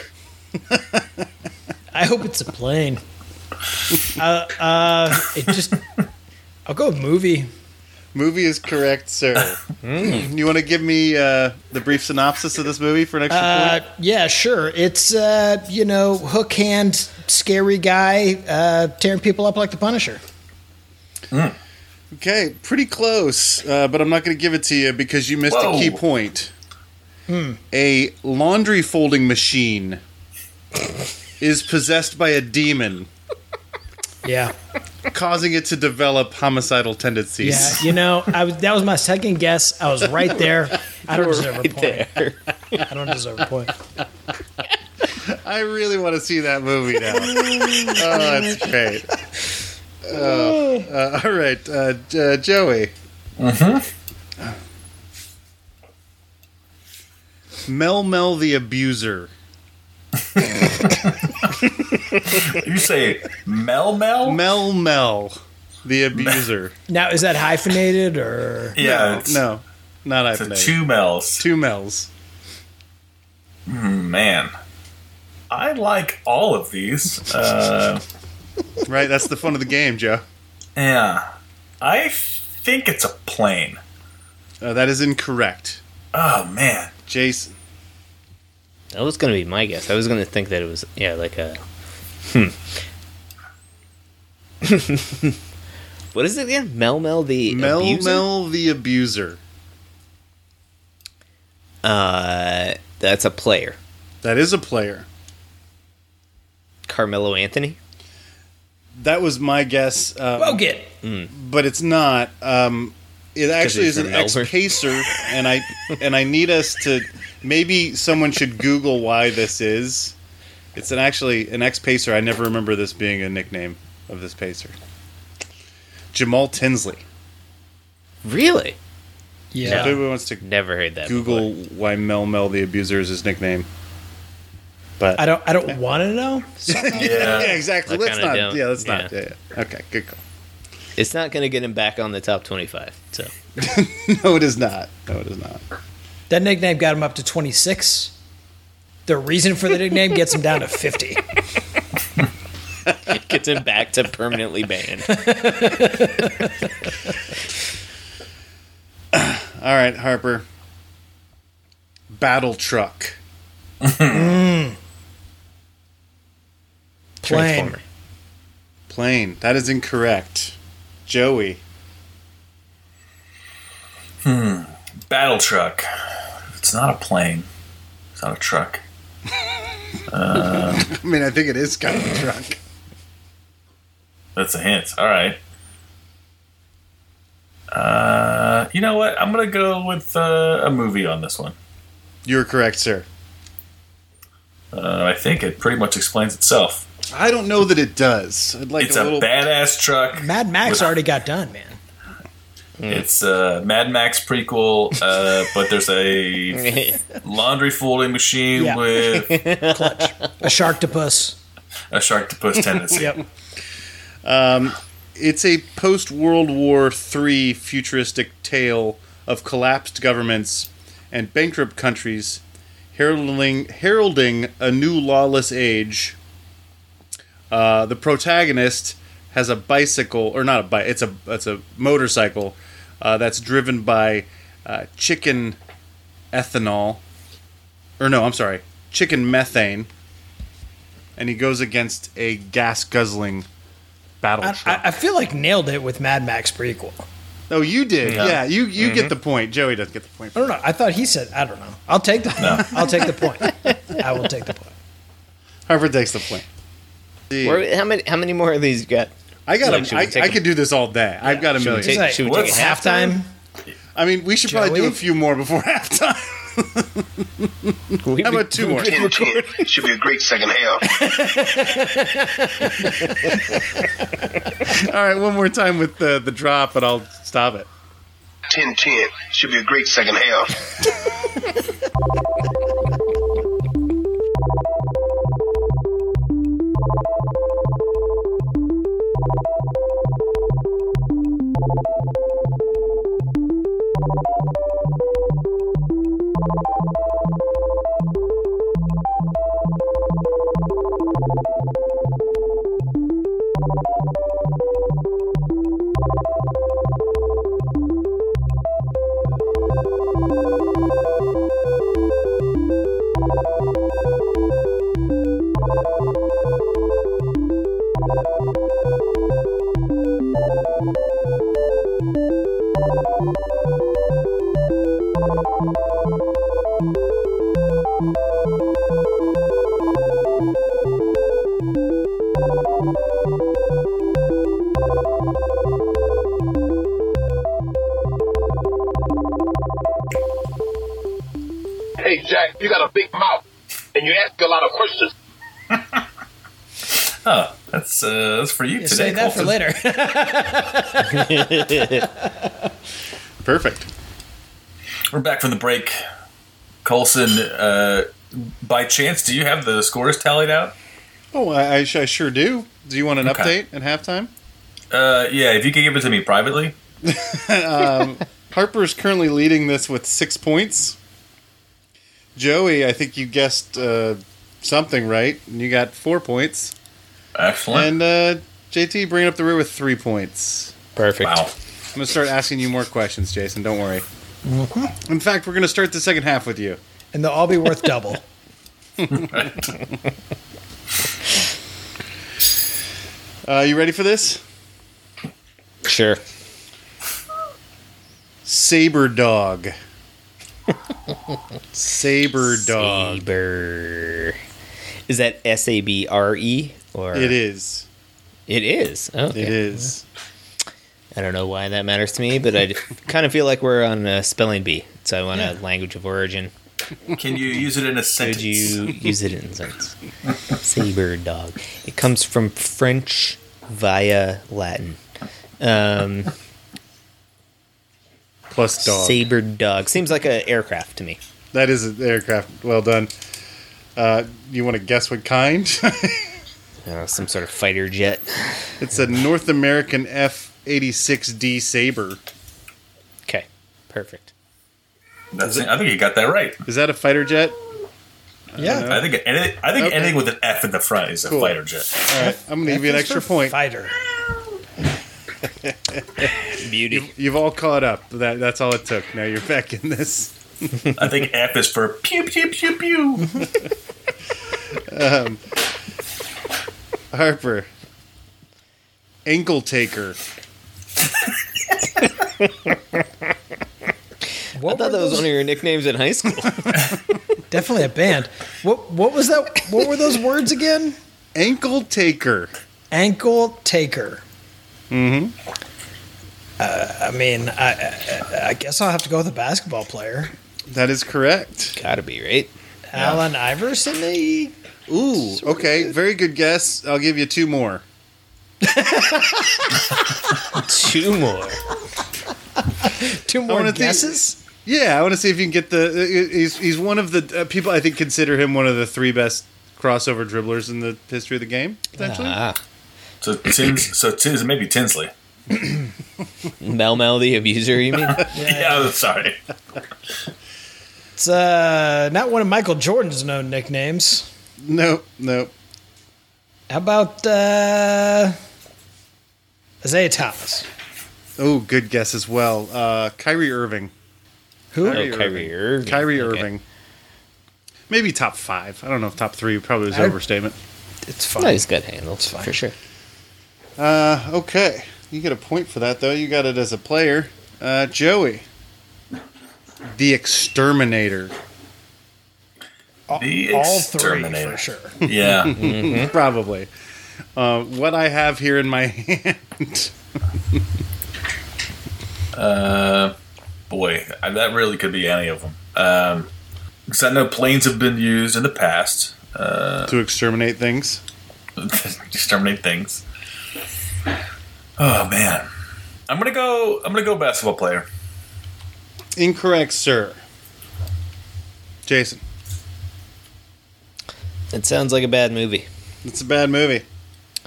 [SPEAKER 4] I hope it's a plane. Uh, uh, it just. I'll go with movie.
[SPEAKER 1] Movie is correct, sir.
[SPEAKER 8] Hmm.
[SPEAKER 1] You want to give me uh, the brief synopsis of this movie for an extra
[SPEAKER 4] Uh,
[SPEAKER 1] point?
[SPEAKER 4] yeah, sure. It's uh, you know, hook hand, scary guy, uh, tearing people up like the Punisher.
[SPEAKER 1] Okay, pretty close, uh, but I'm not going to give it to you because you missed a
[SPEAKER 8] Whoa.
[SPEAKER 1] key point. A laundry folding machine is possessed by a demon,
[SPEAKER 4] Yeah,
[SPEAKER 1] causing it to develop homicidal
[SPEAKER 4] yeah.
[SPEAKER 1] tendencies.
[SPEAKER 4] You know, I was that was my second guess. I was right there. I don't deserve a
[SPEAKER 2] right
[SPEAKER 4] point.
[SPEAKER 2] there.
[SPEAKER 4] I don't deserve a point.
[SPEAKER 1] I really want to see that movie now. oh, that's great. Oh, uh, all right, uh, J- uh, Joey. Mm-hmm. Mel Mel the Abuser.
[SPEAKER 8] You say Mel Mel?
[SPEAKER 1] Mel Mel the Abuser.
[SPEAKER 4] Now, is that hyphenated or
[SPEAKER 8] yeah, it's,
[SPEAKER 1] no, not
[SPEAKER 8] it's a
[SPEAKER 1] hyphenated. Two-,
[SPEAKER 8] two Mel's.
[SPEAKER 1] Mel's.
[SPEAKER 8] Man, I like all of these. Uh,
[SPEAKER 1] Right, that's the fun of the game, Joe.
[SPEAKER 8] yeah, I think it's a plane.
[SPEAKER 1] Uh, that is incorrect.
[SPEAKER 8] Oh man,
[SPEAKER 1] Jason.
[SPEAKER 2] That was gonna be my guess. I was gonna think that it was yeah, like a hmm. what is it again? Mel Mel the
[SPEAKER 1] Mel
[SPEAKER 2] abuser?
[SPEAKER 1] Mel the Abuser.
[SPEAKER 2] Uh, that's a player,
[SPEAKER 1] That is a player.
[SPEAKER 2] Carmelo Anthony.
[SPEAKER 1] That was my guess. Um,
[SPEAKER 4] Bogut?
[SPEAKER 1] but it's not. Um, it actually is
[SPEAKER 2] he's
[SPEAKER 1] an
[SPEAKER 2] from Melbourne.
[SPEAKER 1] ex pacer, and I and I need us to maybe someone should Google why this is. It's an actually an ex pacer. I never remember this being a nickname of this pacer. Jamal Tinsley.
[SPEAKER 2] Really?
[SPEAKER 1] So if
[SPEAKER 4] Yeah.
[SPEAKER 1] anyone wants to
[SPEAKER 2] Never heard that.
[SPEAKER 1] Google why Mel Mel the abuser is his nickname, but
[SPEAKER 4] I don't. I don't want to know.
[SPEAKER 1] yeah,
[SPEAKER 8] yeah,
[SPEAKER 1] exactly.
[SPEAKER 2] I
[SPEAKER 1] Let's
[SPEAKER 2] kinda
[SPEAKER 1] not.
[SPEAKER 2] don't,
[SPEAKER 1] Yeah, let's not.
[SPEAKER 2] yeah.
[SPEAKER 1] Yeah, yeah. Okay, good call.
[SPEAKER 2] before. It's not gonna get him back on the top twenty-five. So
[SPEAKER 1] No, it is not. No, it is not.
[SPEAKER 4] That nickname got him up to 26. The reason for the nickname gets him down to 50.
[SPEAKER 2] gets him back to permanently banned.
[SPEAKER 1] All right, Harper. Battle truck.
[SPEAKER 4] Plane.
[SPEAKER 1] Plane. That is incorrect. Joey.
[SPEAKER 8] battle truck. It's not a plane. It's not a truck.
[SPEAKER 1] I mean, I think it is kind of a truck.
[SPEAKER 8] That's a hint. All right. Uh, you know what? I'm gonna go with uh, a movie on this one.
[SPEAKER 1] You're correct, sir.
[SPEAKER 8] Uh, I think it pretty much explains itself.
[SPEAKER 1] I don't know that it does. I'd like
[SPEAKER 8] It's
[SPEAKER 1] a
[SPEAKER 8] a
[SPEAKER 1] little.
[SPEAKER 8] badass truck.
[SPEAKER 4] Mad Max
[SPEAKER 8] With-
[SPEAKER 4] already got done, man.
[SPEAKER 8] It's a Mad Max prequel, uh, but there's a laundry folding machine
[SPEAKER 4] Yeah.
[SPEAKER 8] with
[SPEAKER 4] A sharktopus.
[SPEAKER 8] a sharktopus tendency.
[SPEAKER 4] Yep.
[SPEAKER 1] it's a post World War III futuristic tale of collapsed governments and bankrupt countries heralding, heralding a new lawless age. Uh, the protagonist has a bicycle, or not a bike, it's a, it's a motorcycle uh, that's driven by uh, chicken ethanol. Or no, I'm sorry, chicken methane. And he goes against a gas guzzling battle
[SPEAKER 4] I,
[SPEAKER 1] truck.
[SPEAKER 4] I, I feel like nailed it with Mad Max prequel.
[SPEAKER 1] Oh, you did. Yeah,
[SPEAKER 8] Yeah.
[SPEAKER 1] you you get the point. Joey doesn't get the point.
[SPEAKER 4] I don't know. I thought he said, I don't know. I'll take the I'll take the point. I will take the point.
[SPEAKER 1] Harvard takes the point.
[SPEAKER 2] Where, how many? How many more of these you got?
[SPEAKER 1] I got.
[SPEAKER 2] Like,
[SPEAKER 1] a,
[SPEAKER 2] should we
[SPEAKER 1] I,
[SPEAKER 2] take
[SPEAKER 1] I
[SPEAKER 2] a-
[SPEAKER 1] could do this all day. I've got a
[SPEAKER 2] Should we
[SPEAKER 1] million.
[SPEAKER 2] take,
[SPEAKER 4] Like,
[SPEAKER 2] should we take a
[SPEAKER 8] what's
[SPEAKER 2] half
[SPEAKER 4] Halftime?
[SPEAKER 1] I mean, we should probably do
[SPEAKER 4] Joey?
[SPEAKER 1] a few more before halftime.
[SPEAKER 2] We-
[SPEAKER 1] How about two more?
[SPEAKER 5] Should be a great second half.
[SPEAKER 1] All right, one more time with the the drop, and I'll stop it.
[SPEAKER 5] 10 10. Should be a great second half. fact you got a big mouth and you ask a lot of questions.
[SPEAKER 8] Oh, that's uh, that's for you
[SPEAKER 4] Yeah,
[SPEAKER 8] today.
[SPEAKER 4] save that for
[SPEAKER 8] Colton.
[SPEAKER 4] later.
[SPEAKER 1] Perfect.
[SPEAKER 8] We're back from the break. Colson, uh, by chance, do you have the scores tallied out?
[SPEAKER 1] Oh, I, I, sh- I sure do. Do you want an
[SPEAKER 8] Okay.
[SPEAKER 1] update at halftime?
[SPEAKER 8] Uh, yeah, if you could give it to me privately.
[SPEAKER 1] Harper's currently leading this with six points. Joey, I think you guessed uh, something right, and you got four points.
[SPEAKER 8] Excellent.
[SPEAKER 1] And uh, JT bringing up the rear with three points.
[SPEAKER 2] Perfect.
[SPEAKER 8] wow.
[SPEAKER 1] I'm gonna start asking you more questions, Jason. Don't worry. In fact, we're gonna start the second half with you.
[SPEAKER 4] and they'll all be worth double.
[SPEAKER 1] Uh, you ready for this?
[SPEAKER 2] Sure.
[SPEAKER 1] Saber dog. Saber dog.
[SPEAKER 2] Saber. Is that S A B R E or
[SPEAKER 1] It is.
[SPEAKER 2] It is. Okay.
[SPEAKER 1] It is.
[SPEAKER 2] I don't know why that matters to me, but I kind of feel like we're on a spelling bee, so I want a language of origin.
[SPEAKER 8] Can you use it in a sentence?
[SPEAKER 2] Could you use it in a sentence? Saber dog. It comes from French via Latin. Um,
[SPEAKER 1] Plus dog.
[SPEAKER 2] saber dog seems like an aircraft to me.
[SPEAKER 1] That is an aircraft. Well done. Uh, you want to guess what kind?
[SPEAKER 2] Uh, some sort of fighter jet.
[SPEAKER 1] it's a North American F 86D Saber.
[SPEAKER 2] Okay, perfect.
[SPEAKER 8] That's it. I think you got that right.
[SPEAKER 1] Is that a fighter jet?
[SPEAKER 4] Yeah.
[SPEAKER 8] I think any, I think
[SPEAKER 1] Okay.
[SPEAKER 8] anything with an F in the front is a
[SPEAKER 1] Cool.
[SPEAKER 8] fighter jet.
[SPEAKER 1] All right, I'm going to give you an extra point.
[SPEAKER 4] Fighter.
[SPEAKER 2] Beauty.
[SPEAKER 1] You've all caught up. That, that's all it took. Now you're back in this.
[SPEAKER 8] I think F is for pew pew pew pew.
[SPEAKER 1] Harper. Ankle taker.
[SPEAKER 2] I thought that was one of your nicknames in high school.
[SPEAKER 4] Definitely a band. What what was that? What were those words again?
[SPEAKER 1] Ankle taker.
[SPEAKER 4] Ankle taker. Mm-hmm. Uh, I mean, I, I, I guess I'll have to go with a basketball player,
[SPEAKER 1] That is correct.
[SPEAKER 2] Gotta be right.
[SPEAKER 4] Alan Iverson. Maybe?
[SPEAKER 1] Ooh, okay. Very good guess. I'll give you two more.
[SPEAKER 2] Two more.
[SPEAKER 4] Two more
[SPEAKER 1] wanna think-
[SPEAKER 4] guesses.
[SPEAKER 1] Yeah, I want to see if you can get the. uh, He's he's one of the uh, people I think consider him one of the three best crossover dribblers in the history of the game. Potentially,
[SPEAKER 2] Ah,
[SPEAKER 8] So Tins, so Tins, maybe Tinsley.
[SPEAKER 2] Mel Mel the abuser. You mean?
[SPEAKER 8] Yeah, I'm sorry.
[SPEAKER 4] It's uh, not one of Michael Jordan's known nicknames.
[SPEAKER 1] no, no,
[SPEAKER 4] How about uh, Isaiah Thomas?
[SPEAKER 1] oh, good guess as well. Uh, Kyrie Irving,
[SPEAKER 4] Who?
[SPEAKER 2] Oh, Kyrie Irving.
[SPEAKER 1] Kyrie
[SPEAKER 2] Okay.
[SPEAKER 1] Irving, maybe top five. I don't know if top three probably was
[SPEAKER 4] I-
[SPEAKER 1] overstatement.
[SPEAKER 4] It's
[SPEAKER 2] No,
[SPEAKER 4] fine.
[SPEAKER 2] he's got handles for sure.
[SPEAKER 1] Uh, okay, you get a point for that though. You got it as a player, uh, Joey, the exterminator.
[SPEAKER 8] The
[SPEAKER 4] All three
[SPEAKER 8] exterminator.
[SPEAKER 4] for sure.
[SPEAKER 8] Yeah.
[SPEAKER 2] Hmm?
[SPEAKER 1] Probably. Uh, what I have here in my hand.
[SPEAKER 8] boy, I, that really could be any of them. Um, because I know planes have been used in the past
[SPEAKER 1] to exterminate things.
[SPEAKER 8] to exterminate things. Oh man, I'm gonna go. I'm gonna go basketball player.
[SPEAKER 1] Incorrect, sir. Jason,
[SPEAKER 2] It sounds like a bad movie.
[SPEAKER 1] it's a bad movie.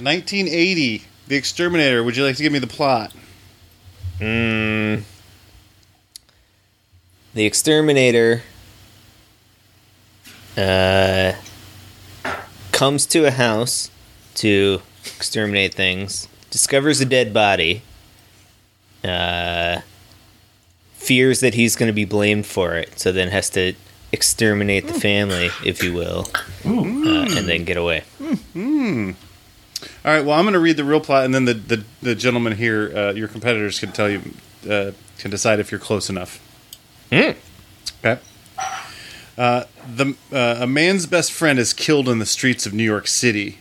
[SPEAKER 1] 1980, The Exterminator. Would you like to give me the plot?
[SPEAKER 2] The exterminator uh, comes to a house to exterminate things, discovers a dead body, uh, fears that he's going to be blamed for it, so then has to exterminate the family, if you will, uh, and then get away.
[SPEAKER 1] All right. Well, I'm going to read the real plot, and then the the, the gentleman here, uh, your competitors, can tell you uh, can decide if you're close enough. Okay. Uh, the uh, a man's best friend is killed in the streets of New York City.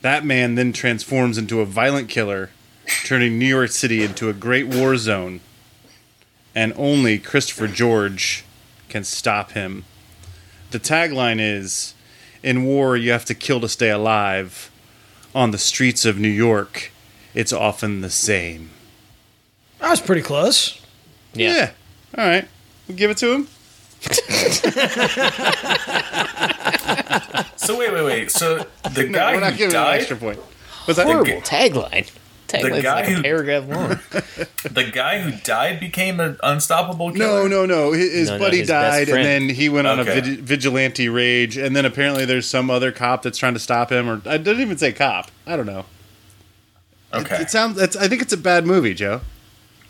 [SPEAKER 1] That man then transforms into a violent killer, turning New York City into a great war zone. And only Christopher George can stop him the tagline is In war, you have to kill to stay alive. On the streets of New York, it's often the same.
[SPEAKER 4] I was pretty close.
[SPEAKER 1] Yeah. All right. We'll give it to him.
[SPEAKER 8] So wait, wait, wait. So the
[SPEAKER 1] No,
[SPEAKER 8] guy
[SPEAKER 1] we're not
[SPEAKER 8] who
[SPEAKER 1] giving him an
[SPEAKER 8] died,
[SPEAKER 1] extra point. Was that
[SPEAKER 2] Horrible tagline. Tagline's
[SPEAKER 8] guy
[SPEAKER 2] like a
[SPEAKER 8] who-
[SPEAKER 2] paragraph long.
[SPEAKER 8] the guy who died became an unstoppable
[SPEAKER 1] No,
[SPEAKER 8] killer.
[SPEAKER 1] no, no. His, his
[SPEAKER 2] No, no,
[SPEAKER 1] buddy
[SPEAKER 2] his best
[SPEAKER 1] died, and then
[SPEAKER 2] friend.
[SPEAKER 1] he went on a
[SPEAKER 8] Okay.
[SPEAKER 1] vig- vigilante rage, and then apparently there's some other cop that's trying to stop him, or I didn't even say cop. I don't know.
[SPEAKER 8] Okay.
[SPEAKER 1] It sounds. It's, I think it's a bad movie, Joe.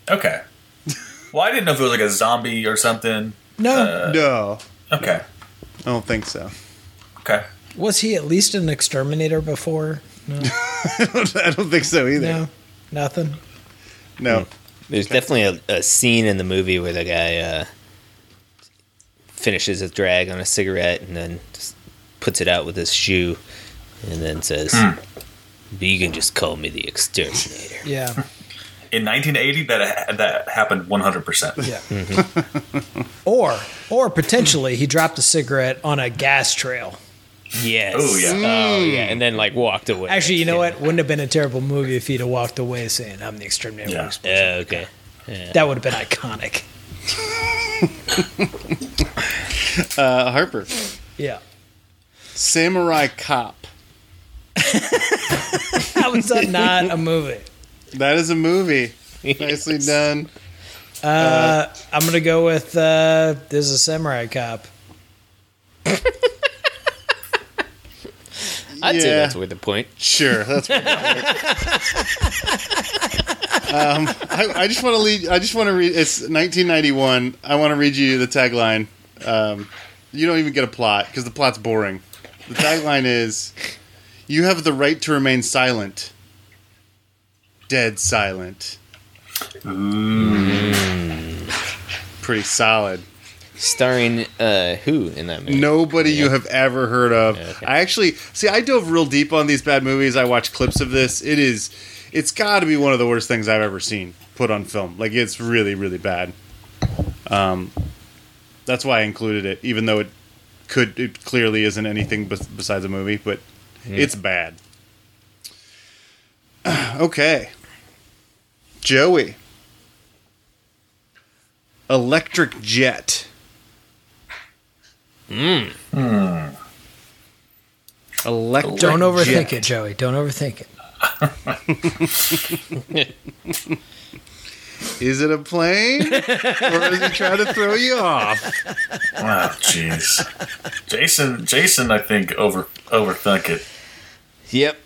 [SPEAKER 8] okay. Well, I didn't know if it was like a zombie or something.
[SPEAKER 4] No.
[SPEAKER 1] Uh,
[SPEAKER 8] Uh.
[SPEAKER 1] no,
[SPEAKER 8] Okay.
[SPEAKER 1] I don't think so.
[SPEAKER 8] Okay.
[SPEAKER 4] was he at least an exterminator before?
[SPEAKER 1] I don't think so either.
[SPEAKER 4] No. Nothing.
[SPEAKER 1] No.
[SPEAKER 2] There's definitely a, a scene in the movie where the guy uh, finishes his drag on a cigarette and then just puts it out with his shoe and then says, You can just call me the exterminator.
[SPEAKER 4] Yeah.
[SPEAKER 8] In 1980, that that happened 100. percent
[SPEAKER 4] Yeah. Or or potentially he dropped a cigarette on a gas trail.
[SPEAKER 2] yes.
[SPEAKER 8] Oh, yeah.
[SPEAKER 2] Oh, yeah. And then, like, walked away.
[SPEAKER 4] Actually, you know
[SPEAKER 2] Yeah.
[SPEAKER 4] what? Wouldn't have been a terrible movie if he'd have walked away saying, "I'm the exterminator."
[SPEAKER 8] Yeah.
[SPEAKER 2] Oh, okay.
[SPEAKER 4] That would have been iconic.
[SPEAKER 1] Uh, Harper,
[SPEAKER 4] Yeah.
[SPEAKER 1] Samurai Cop.
[SPEAKER 4] How is that not a movie?
[SPEAKER 1] That is a movie. Nicely done.
[SPEAKER 4] Uh, I'm gonna go with uh, "There's a Samurai Cop."
[SPEAKER 2] I'd say
[SPEAKER 1] Yeah.
[SPEAKER 2] that's worth a point.
[SPEAKER 1] Sure, that's. what I'm doing. um, I, I just want to lead. I just want to read. It's 1991. I want to read you the tagline. Um, you don't even get a plot because the plot's boring. The tagline is, "You have the right to remain silent, dead silent." Pretty solid.
[SPEAKER 2] Starring uh, who in that movie?
[SPEAKER 1] Nobody you have ever heard of.
[SPEAKER 2] okay.
[SPEAKER 1] I actually see. I dove real deep on these bad movies. I watched clips of this. It is. It's got to be one of the worst things I've ever seen put on film. Like it's really, really bad. Um, that's why I included it, even though it could it clearly isn't anything bes- besides a movie, but it's bad. okay, Joey, Electric Jet. Hmm. Electric.
[SPEAKER 4] Don't overthink
[SPEAKER 1] jet.
[SPEAKER 4] it, Joey. Don't overthink it.
[SPEAKER 1] Is it a plane, or is it trying to throw you off?
[SPEAKER 8] Oh, jeez. Jason, Jason, I think over overthunk it,
[SPEAKER 2] Yep.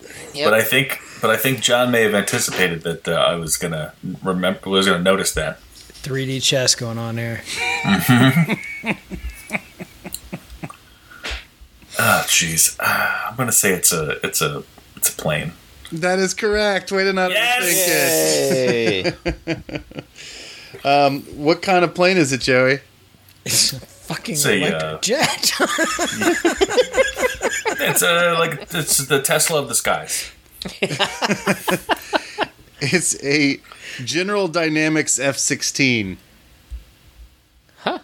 [SPEAKER 8] but I think, but I think John may have anticipated that uh, I was gonna remember, was gonna notice that.
[SPEAKER 4] 3D chess going on there.
[SPEAKER 8] Oh, jeez. Ah, I'm gonna say it's a, it's a, it's a plane.
[SPEAKER 1] That is correct. Way to not
[SPEAKER 8] Yes!
[SPEAKER 1] think
[SPEAKER 2] Hey.
[SPEAKER 1] it. What kind of plane is it, Joey?
[SPEAKER 4] It's a fucking
[SPEAKER 8] Say,
[SPEAKER 4] electric
[SPEAKER 8] uh,
[SPEAKER 4] jet.
[SPEAKER 8] It's uh like it's the Tesla of the skies.
[SPEAKER 1] It's a General Dynamics F-16. Huh.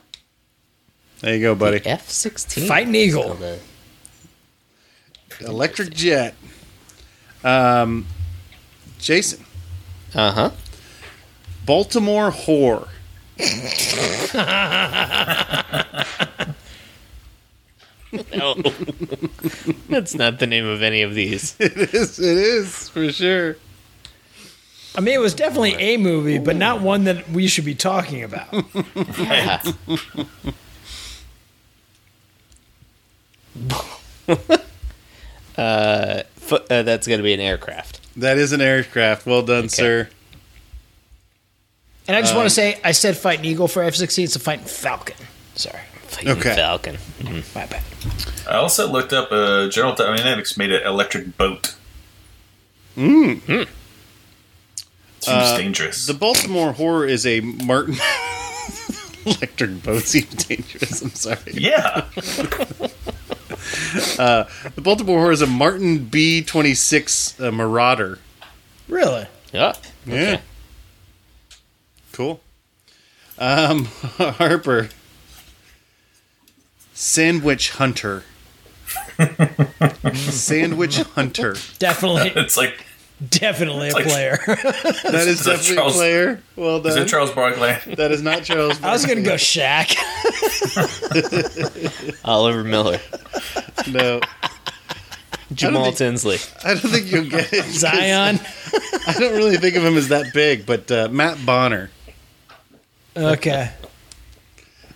[SPEAKER 1] There you go, buddy.
[SPEAKER 2] F 16.
[SPEAKER 4] Fighting eagle.
[SPEAKER 1] Electric jet. Um, Jason,
[SPEAKER 2] Uh huh.
[SPEAKER 1] Baltimore whore.
[SPEAKER 2] No. That's not the name of any of these.
[SPEAKER 1] It is. It is for sure.
[SPEAKER 4] I mean, it was definitely a movie, but not one that we should be talking about.
[SPEAKER 2] F- uh, that's going to be an aircraft.
[SPEAKER 1] That is an aircraft. Well done, sir.
[SPEAKER 4] And I just want to say, I said fighting eagle for F-16. It's a fighting falcon. Sorry,
[SPEAKER 2] Fighting
[SPEAKER 1] Okay.
[SPEAKER 2] Falcon.
[SPEAKER 4] my bad.
[SPEAKER 8] I also looked up uh, General Dynamics made an electric boat.
[SPEAKER 4] Mm-hmm.
[SPEAKER 8] Mm. Seems
[SPEAKER 4] Uh,
[SPEAKER 8] dangerous.
[SPEAKER 1] The Baltimore whore is a Martin. Electric boat seems dangerous. I'm sorry.
[SPEAKER 8] yeah.
[SPEAKER 1] The Baltimore whore is a Martin B-26 uh, Marauder.
[SPEAKER 4] Really?
[SPEAKER 2] Oh,
[SPEAKER 1] Yeah. Cool. Um, Harper. Sandwich Hunter. Sandwich Hunter.
[SPEAKER 4] Definitely,
[SPEAKER 8] It's like
[SPEAKER 4] definitely a
[SPEAKER 8] like-
[SPEAKER 4] player.
[SPEAKER 1] That is
[SPEAKER 8] that
[SPEAKER 1] definitely
[SPEAKER 8] Charles-
[SPEAKER 1] a player. Well
[SPEAKER 8] is
[SPEAKER 1] done.
[SPEAKER 8] it Charles Barkley?
[SPEAKER 1] that is not Charles.
[SPEAKER 4] I was gonna go Shaq.
[SPEAKER 2] Oliver Miller,
[SPEAKER 1] No,
[SPEAKER 2] Jamal
[SPEAKER 1] think-
[SPEAKER 2] Tinsley.
[SPEAKER 1] I don't think you'll get it. 'cause
[SPEAKER 4] Zion.
[SPEAKER 1] I don't really think of him as that big, but uh, Matt Bonner.
[SPEAKER 4] Okay,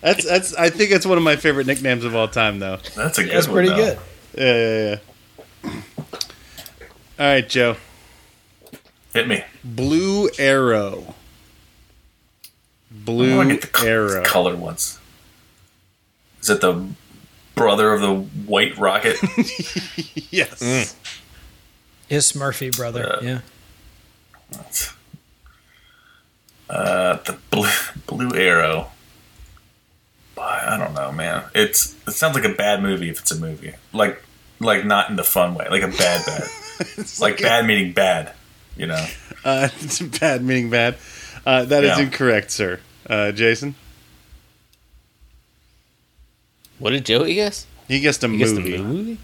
[SPEAKER 1] That's that's. I think it's one of my favorite nicknames of all time, though.
[SPEAKER 8] That's a good
[SPEAKER 4] that's
[SPEAKER 8] one.
[SPEAKER 4] pretty
[SPEAKER 8] though.
[SPEAKER 4] good.
[SPEAKER 1] Yeah, yeah, yeah. All right, Joe.
[SPEAKER 8] Hit me.
[SPEAKER 1] Blue Arrow.
[SPEAKER 8] Oh, I
[SPEAKER 1] Blue
[SPEAKER 8] wanna get the col-
[SPEAKER 1] Arrow.
[SPEAKER 8] colored ones. Is it the brother of the White Rocket?
[SPEAKER 1] Yes.
[SPEAKER 8] mm.
[SPEAKER 4] His Smurfy brother.
[SPEAKER 8] Uh,
[SPEAKER 4] yeah.
[SPEAKER 8] uh, the blue Blue Arrow. I I don't know, man. It's it sounds like a bad movie if it's a movie, like like not in the fun way, like a bad bad, like bad meaning bad. You know,
[SPEAKER 1] Uh, bad meaning bad. Uh, that is
[SPEAKER 8] Yeah.
[SPEAKER 1] incorrect, sir. Uh, Jason,
[SPEAKER 2] What did Joey guess?
[SPEAKER 1] he guessed a
[SPEAKER 2] He guessed
[SPEAKER 1] movie.
[SPEAKER 2] the movie.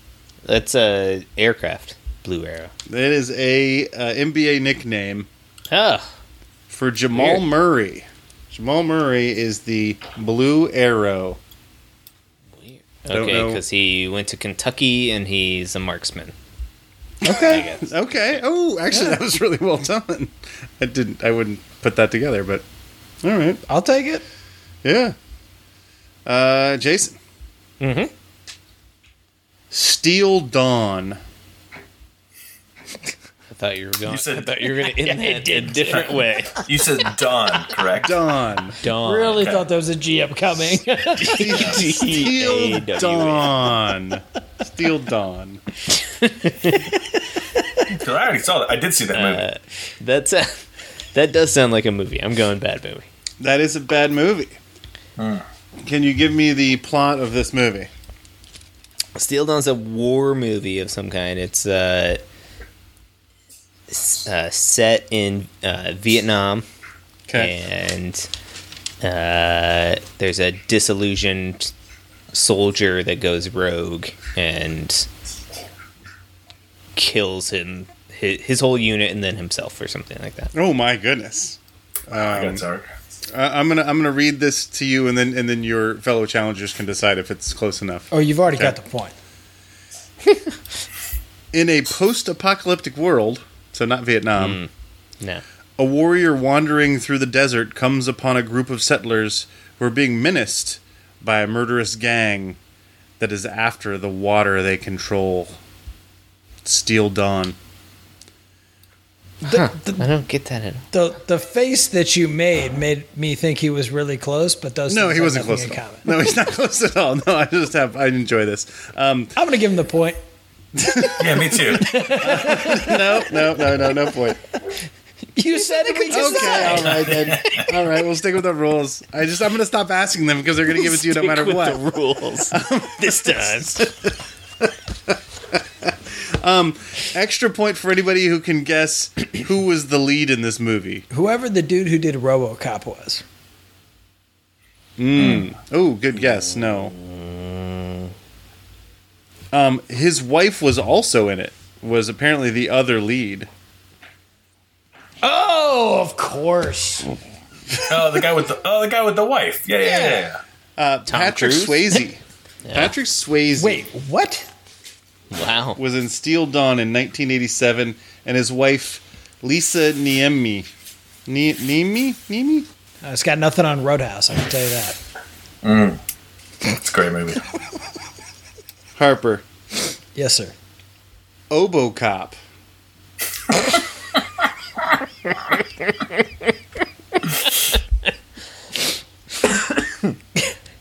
[SPEAKER 2] That's uh, aircraft. Blue Arrow.
[SPEAKER 1] It is a uh, NBA nickname
[SPEAKER 2] Oh,
[SPEAKER 1] for Jamal
[SPEAKER 2] Weird.
[SPEAKER 1] Murray. Jamal Murray is the Blue Arrow. Don't
[SPEAKER 2] okay,
[SPEAKER 1] know.
[SPEAKER 2] because he went to Kentucky and he's a marksman.
[SPEAKER 1] Okay. Okay. Oh, actually, that was really well done. I didn't. I wouldn't put that together, but all right.
[SPEAKER 4] I'll take it.
[SPEAKER 1] Yeah. Uh, Jason.
[SPEAKER 2] Mhm.
[SPEAKER 1] Steel Dawn.
[SPEAKER 2] I thought you were going.
[SPEAKER 8] You said-
[SPEAKER 2] I thought you were going to end that in a different way.
[SPEAKER 8] you said Don, correct?
[SPEAKER 1] Dawn.
[SPEAKER 2] Dawn.
[SPEAKER 4] Really
[SPEAKER 8] okay.
[SPEAKER 4] thought there was a GM coming. E
[SPEAKER 1] Steel
[SPEAKER 2] D-A-W-E.
[SPEAKER 1] Dawn. Steel Dawn.
[SPEAKER 8] 'Cause I already saw that. I did see that movie.
[SPEAKER 2] Uh, that's a, that does sound like a movie. I'm going bad movie.
[SPEAKER 1] That is a bad movie. Can you give me the plot of this movie?
[SPEAKER 2] Steel Dawn's a war movie of some kind. It's uh, s- uh, set in uh, Vietnam, and uh, there's a disillusioned soldier that goes rogue and kills him, his, his whole unit, and then himself, or something like that.
[SPEAKER 1] Oh my goodness.
[SPEAKER 8] I got sorry.
[SPEAKER 1] I, I'm gonna I'm gonna read this to you, and then and then your fellow challengers can decide if it's close enough.
[SPEAKER 4] oh, you've already got the point.
[SPEAKER 1] In a post-apocalyptic world, so not Vietnam.
[SPEAKER 2] No,
[SPEAKER 1] A warrior wandering through the desert comes upon a group of settlers who are being menaced by a murderous gang that is after the water they control. Steel Dawn.
[SPEAKER 4] The, the,
[SPEAKER 2] I don't get that at all.
[SPEAKER 4] the, the face that you made made me think he was really close, but those
[SPEAKER 1] No,
[SPEAKER 4] things
[SPEAKER 1] he wasn't
[SPEAKER 4] have nothing
[SPEAKER 1] close
[SPEAKER 4] in
[SPEAKER 1] at all.
[SPEAKER 4] common.
[SPEAKER 1] No, he's not close at all. No, I just have I enjoy this. Um,
[SPEAKER 4] I'm gonna give him the point.
[SPEAKER 8] Yeah, me too.
[SPEAKER 1] no, no, no, no, no point.
[SPEAKER 4] You said it. We just
[SPEAKER 1] Okay, all right then. All right, we'll stick with the rules. I just I'm gonna stop asking them because they're gonna give it to you no matter
[SPEAKER 2] with
[SPEAKER 1] what.
[SPEAKER 2] the rules this time.
[SPEAKER 1] Extra point for anybody who can guess who was the lead in this movie.
[SPEAKER 4] Whoever the dude who did RoboCop was.
[SPEAKER 1] Oh, good guess. No. Um, his wife was also in it. Was apparently the other lead.
[SPEAKER 4] Oh, of course.
[SPEAKER 8] Oh, the guy with the oh, the guy with the wife. Yeah, yeah, yeah. yeah.
[SPEAKER 1] Uh, Patrick
[SPEAKER 2] Cruise?
[SPEAKER 1] Swayze. Patrick Swayze
[SPEAKER 4] Wait, what?
[SPEAKER 2] Wow.
[SPEAKER 1] was in Steel Dawn in 1987, and his wife Lisa Niemi. Nie- Niemi? Niemi?
[SPEAKER 4] Uh, it's got nothing on Roadhouse. I can tell you that.
[SPEAKER 8] It's a great movie.
[SPEAKER 1] Harper.
[SPEAKER 4] Yes, sir.
[SPEAKER 1] Obo Cop.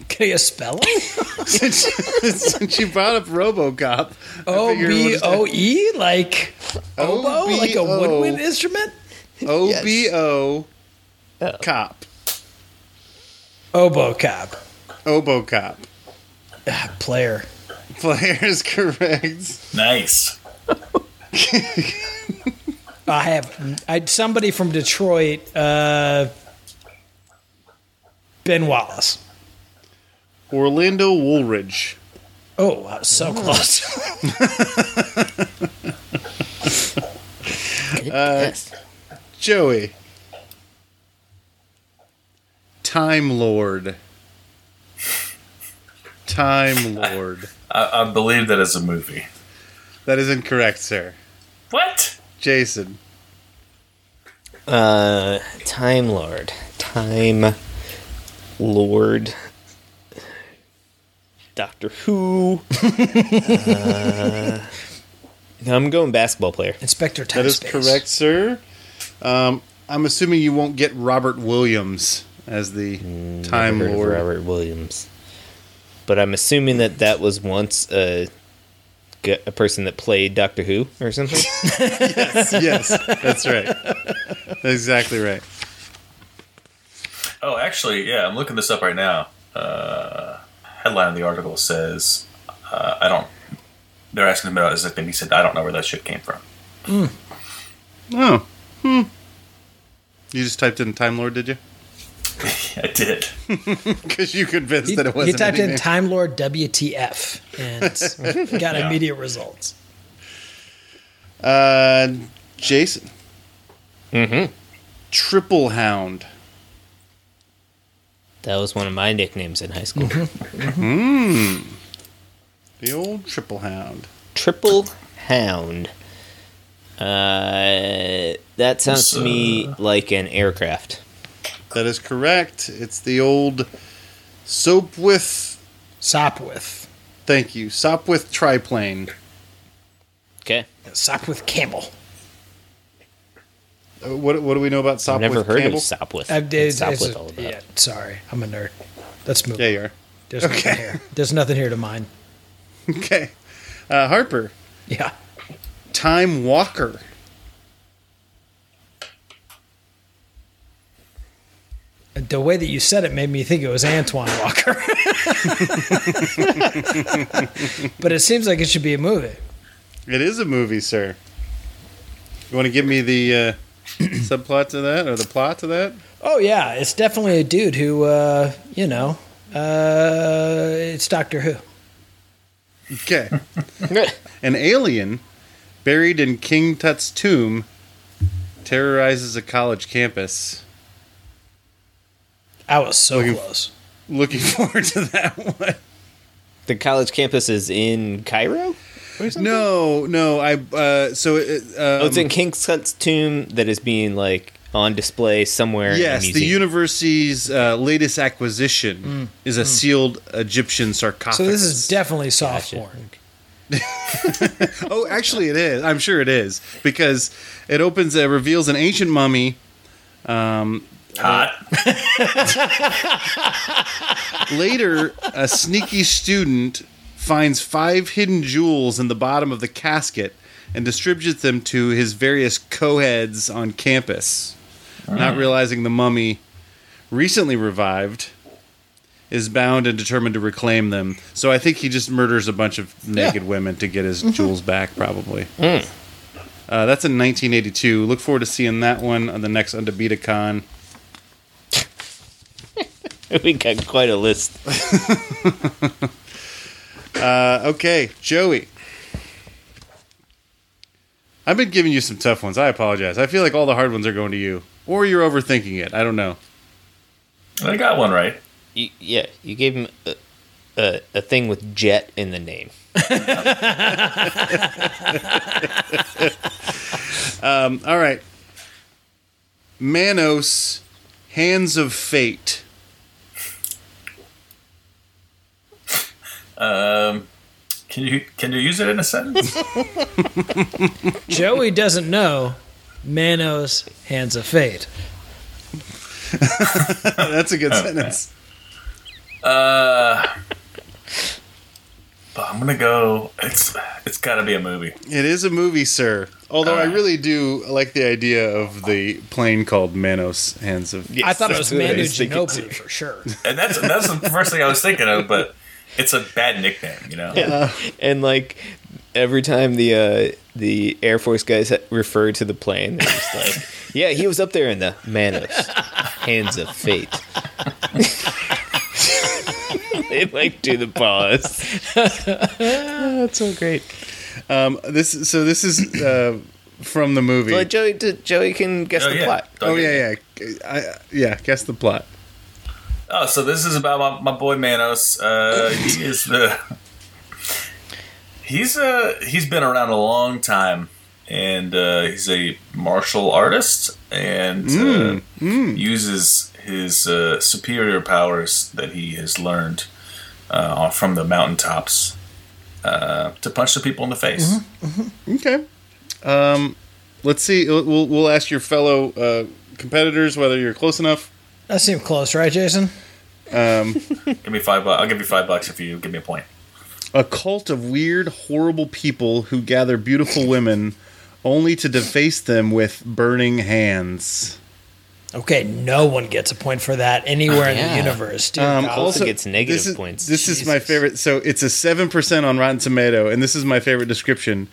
[SPEAKER 4] Can you spell it?
[SPEAKER 1] since, since you brought up RoboCop,
[SPEAKER 4] O B O E, like oboe,
[SPEAKER 1] O B
[SPEAKER 4] like a
[SPEAKER 1] O.
[SPEAKER 4] woodwind instrument.
[SPEAKER 1] O B O Oh. Cop.
[SPEAKER 4] Oboe cop,
[SPEAKER 1] Obo Cop.
[SPEAKER 4] Ah, player.
[SPEAKER 1] Player is correct.
[SPEAKER 8] Nice.
[SPEAKER 4] I have I, somebody from Detroit, uh, Ben Wallace.
[SPEAKER 1] Orlando Woolridge.
[SPEAKER 4] Oh, wow, so close.
[SPEAKER 2] Yes.
[SPEAKER 1] Joey. Time Lord. Time Lord.
[SPEAKER 8] I, I believe that is a movie.
[SPEAKER 1] That is incorrect, sir.
[SPEAKER 8] What?
[SPEAKER 1] Jason.
[SPEAKER 2] Uh, Time Lord. Time Lord. Doctor Who. Uh, I'm going basketball player.
[SPEAKER 4] Inspector Time
[SPEAKER 1] That is
[SPEAKER 4] Space.
[SPEAKER 1] correct, sir. Um, I'm assuming you won't get Robert Williams as the Time
[SPEAKER 2] Hmm, Heard of
[SPEAKER 1] Lord.
[SPEAKER 2] Robert Williams. But I'm assuming that that was once a, g- a person that played Doctor Who or something.
[SPEAKER 1] yes, that's right. That's exactly right.
[SPEAKER 8] Oh, actually, yeah, I'm looking this up right now. Uh, headline of the article says, uh, "I don't." They're asking him about his nickname. He said, "I don't know where that shit came from."
[SPEAKER 1] Oh. Hmm. You just typed in Time Lord, did you?
[SPEAKER 8] I did.
[SPEAKER 1] Because you convinced
[SPEAKER 4] You,
[SPEAKER 1] that it
[SPEAKER 4] you
[SPEAKER 1] wasn't.
[SPEAKER 4] typed in
[SPEAKER 1] anything.
[SPEAKER 4] Time Lord WTF and got immediate results.
[SPEAKER 1] Uh, Jason. Mm-hmm.
[SPEAKER 2] Mm-hmm.
[SPEAKER 1] Triple Hound.
[SPEAKER 2] that was one of my nicknames in high school.
[SPEAKER 1] The old Triple Hound.
[SPEAKER 2] Triple Hound. Uh, that sounds to me like an aircraft.
[SPEAKER 1] That is correct. It's the old soap with.
[SPEAKER 4] Sopwith.
[SPEAKER 1] Thank you. Sop with triplane.
[SPEAKER 2] Okay,
[SPEAKER 4] Sopwith Campbell.
[SPEAKER 1] Uh, What, what do we know about
[SPEAKER 2] I've
[SPEAKER 1] Sop
[SPEAKER 2] never
[SPEAKER 1] with
[SPEAKER 2] heard
[SPEAKER 1] Campbell?
[SPEAKER 2] of Sopwith.
[SPEAKER 4] I did.
[SPEAKER 2] What's Sopwith
[SPEAKER 4] it's Uh, a-
[SPEAKER 2] all about?
[SPEAKER 4] yeah, sorry, I'm a nerd. Let's move.
[SPEAKER 1] Yeah,
[SPEAKER 4] on.
[SPEAKER 1] you are.
[SPEAKER 4] There's nothing here. There's nothing here to mine.
[SPEAKER 1] Okay. Uh, Harper.
[SPEAKER 4] Yeah.
[SPEAKER 1] Time Walker.
[SPEAKER 4] The way that you said it made me think it was Antoine Walker. but it seems like it should be a movie.
[SPEAKER 1] It is a movie, sir. You want to give me the uh, subplot to that or the plot to that?
[SPEAKER 4] Oh yeah, it's definitely a dude who, uh, you know, uh, it's Doctor Who.
[SPEAKER 1] Okay. An alien buried in King Tut's tomb terrorizes a college campus.
[SPEAKER 4] I was so
[SPEAKER 1] Looking-
[SPEAKER 4] close.
[SPEAKER 1] Looking forward to that one.
[SPEAKER 2] The college campus is in Cairo.
[SPEAKER 1] No, no. I uh, so it, um,
[SPEAKER 2] Oh, it's in King Tut's tomb that is being like on display somewhere.
[SPEAKER 1] yes,
[SPEAKER 2] in a
[SPEAKER 1] the
[SPEAKER 2] museum.
[SPEAKER 1] university's uh, latest acquisition is a sealed Egyptian sarcophagus.
[SPEAKER 4] Mm. So this is definitely soft porn.
[SPEAKER 1] Oh, actually, it is. I'm sure it is because it opens. It reveals an ancient mummy
[SPEAKER 8] Hot.
[SPEAKER 1] Later, a sneaky student finds five hidden jewels in the bottom of the casket and distributes them to his various co-heads on campus, not realizing the mummy, recently revived, is bound and determined to reclaim them. So I think he just murders a bunch of naked women to get his jewels back, probably. Uh, that's in 1982. Look forward to seeing that one on the next Undebeatacon.
[SPEAKER 2] we got quite a list.
[SPEAKER 1] Uh, okay, Joey. I've been giving you some tough ones. I apologize. I feel like all the hard ones are going to you, or you're overthinking it. I don't know.
[SPEAKER 8] I got one right.
[SPEAKER 2] You, yeah, you gave him a, a, a thing with jet in the name.
[SPEAKER 1] Um, all right, Manos, Hands of Fate.
[SPEAKER 8] Can you can you use it in a sentence?
[SPEAKER 4] Joey doesn't know Manos Hands of Fate.
[SPEAKER 1] That's a good sentence.
[SPEAKER 8] but I'm gonna go. It's it's got to be a movie.
[SPEAKER 1] It is a movie, sir. Although I really do like the idea of the plane called Manos, Hands of.
[SPEAKER 4] I thought it was
[SPEAKER 2] that's what I
[SPEAKER 4] Manu
[SPEAKER 2] was thinking
[SPEAKER 4] Ginobili for sure.
[SPEAKER 8] And that's that's the first thing I was thinking of. But it's a bad nickname, you know.
[SPEAKER 2] And like every time the uh, the Air Force guys ha- refer to the plane, they're just like, "Yeah, he was up there in the Manos, hands of fate." they like do the pause. That's so great.
[SPEAKER 1] Um, this so this is uh, from the movie.
[SPEAKER 2] Well, Joey, Joey can guess
[SPEAKER 8] Oh,
[SPEAKER 2] the
[SPEAKER 8] yeah.
[SPEAKER 2] plot.
[SPEAKER 1] oh yeah, yeah, I, yeah. Guess the plot.
[SPEAKER 8] Oh, so this is about my, my boy Manos. Uh, he is the he's uh he's been around a long time, and uh, he's a martial artist and
[SPEAKER 1] Mm,
[SPEAKER 8] uh, uses his uh, superior powers that he has learned uh, from the mountaintops uh, to punch the people in the face.
[SPEAKER 1] Mm-hmm. Okay. Um, let's see. We'll we'll ask your fellow uh, competitors whether you're close enough.
[SPEAKER 4] That seemed close, right, Jason?
[SPEAKER 8] Give me five bucks. I'll give you five bucks if you give me a point.
[SPEAKER 1] A cult of weird, horrible people who gather beautiful women only to deface them with burning hands.
[SPEAKER 4] Okay, no one gets a point for that anywhere in
[SPEAKER 2] Yeah.
[SPEAKER 4] the universe, dude.
[SPEAKER 1] Um,
[SPEAKER 2] also gets negative
[SPEAKER 1] this is,
[SPEAKER 2] points.
[SPEAKER 1] This is my
[SPEAKER 2] Jesus.
[SPEAKER 1] favorite. So it's a seven percent on Rotten Tomato, and this is my favorite description.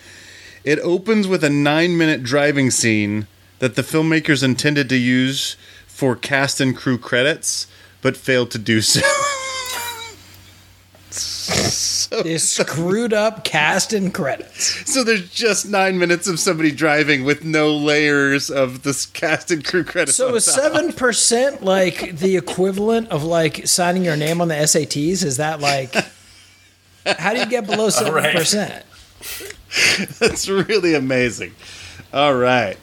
[SPEAKER 1] It opens with a nine-minute driving scene that the filmmakers intended to use for cast and crew credits, but failed to do so.
[SPEAKER 4] they screwed up cast and credits.
[SPEAKER 1] so there's just nine minutes of somebody driving with no layers of this cast and crew credits.
[SPEAKER 4] So
[SPEAKER 1] on
[SPEAKER 4] is
[SPEAKER 1] top.
[SPEAKER 4] seven percent like the equivalent of like signing your name on the SATs? Is that like how do you get below seven
[SPEAKER 8] right.
[SPEAKER 4] percent?
[SPEAKER 1] That's really amazing. All right.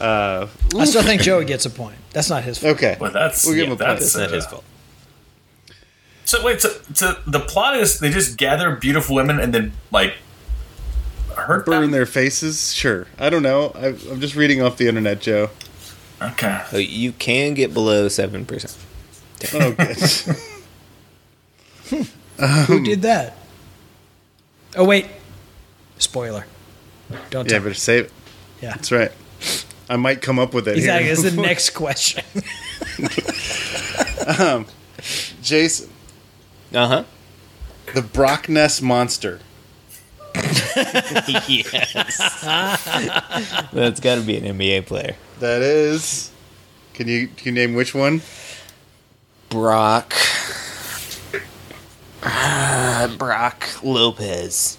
[SPEAKER 4] I still think Joey gets a point. That's not his fault.
[SPEAKER 1] Okay.
[SPEAKER 8] Well, that's
[SPEAKER 1] We'll give
[SPEAKER 8] yeah,
[SPEAKER 1] him a point.
[SPEAKER 8] that's,
[SPEAKER 2] It's not
[SPEAKER 8] uh,
[SPEAKER 2] his fault.
[SPEAKER 8] So wait, so, so the plot is they just gather beautiful women and then like hurt
[SPEAKER 1] Burn
[SPEAKER 8] them.
[SPEAKER 1] their faces? Sure. I don't know. I, I'm just reading off the internet, Joe.
[SPEAKER 8] Okay.
[SPEAKER 2] Oh, You can get below seven percent.
[SPEAKER 1] Oh, good.
[SPEAKER 4] Who did that? Oh wait, spoiler. Don't
[SPEAKER 1] Yeah,
[SPEAKER 4] tell. me.
[SPEAKER 1] better save it.
[SPEAKER 4] Yeah.
[SPEAKER 1] That's right. I might come up with it.
[SPEAKER 4] Exactly.
[SPEAKER 1] Here.
[SPEAKER 4] It's the next question.
[SPEAKER 1] Jason,
[SPEAKER 2] Uh
[SPEAKER 1] the Brockness monster.
[SPEAKER 2] huh. yes. That's got to be an NBA player.
[SPEAKER 1] That is. Can you can you name which one?
[SPEAKER 2] Brock. Ah, Brock Lopez.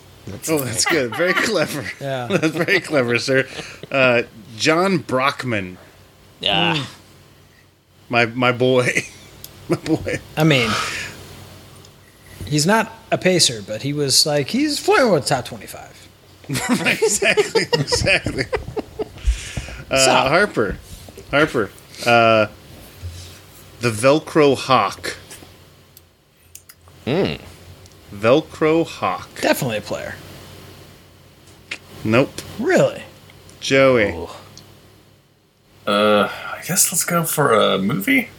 [SPEAKER 1] Oh, that's good. Very clever.
[SPEAKER 4] Yeah.
[SPEAKER 1] That's very clever, sir. Uh, John Brockman,
[SPEAKER 2] Ah,
[SPEAKER 1] my my boy, my boy.
[SPEAKER 4] I mean, he's not a pacer, but he was like he's flirting with top twenty-five.
[SPEAKER 1] Right, exactly, exactly. Uh,
[SPEAKER 4] So-
[SPEAKER 1] Harper, Harper, uh, the Velcro Hawk.
[SPEAKER 2] Hmm.
[SPEAKER 1] Velcro Hawk.
[SPEAKER 4] Definitely a player.
[SPEAKER 1] Nope.
[SPEAKER 4] Really?
[SPEAKER 1] Joey.
[SPEAKER 2] Oh.
[SPEAKER 8] Uh, I guess let's go for a movie.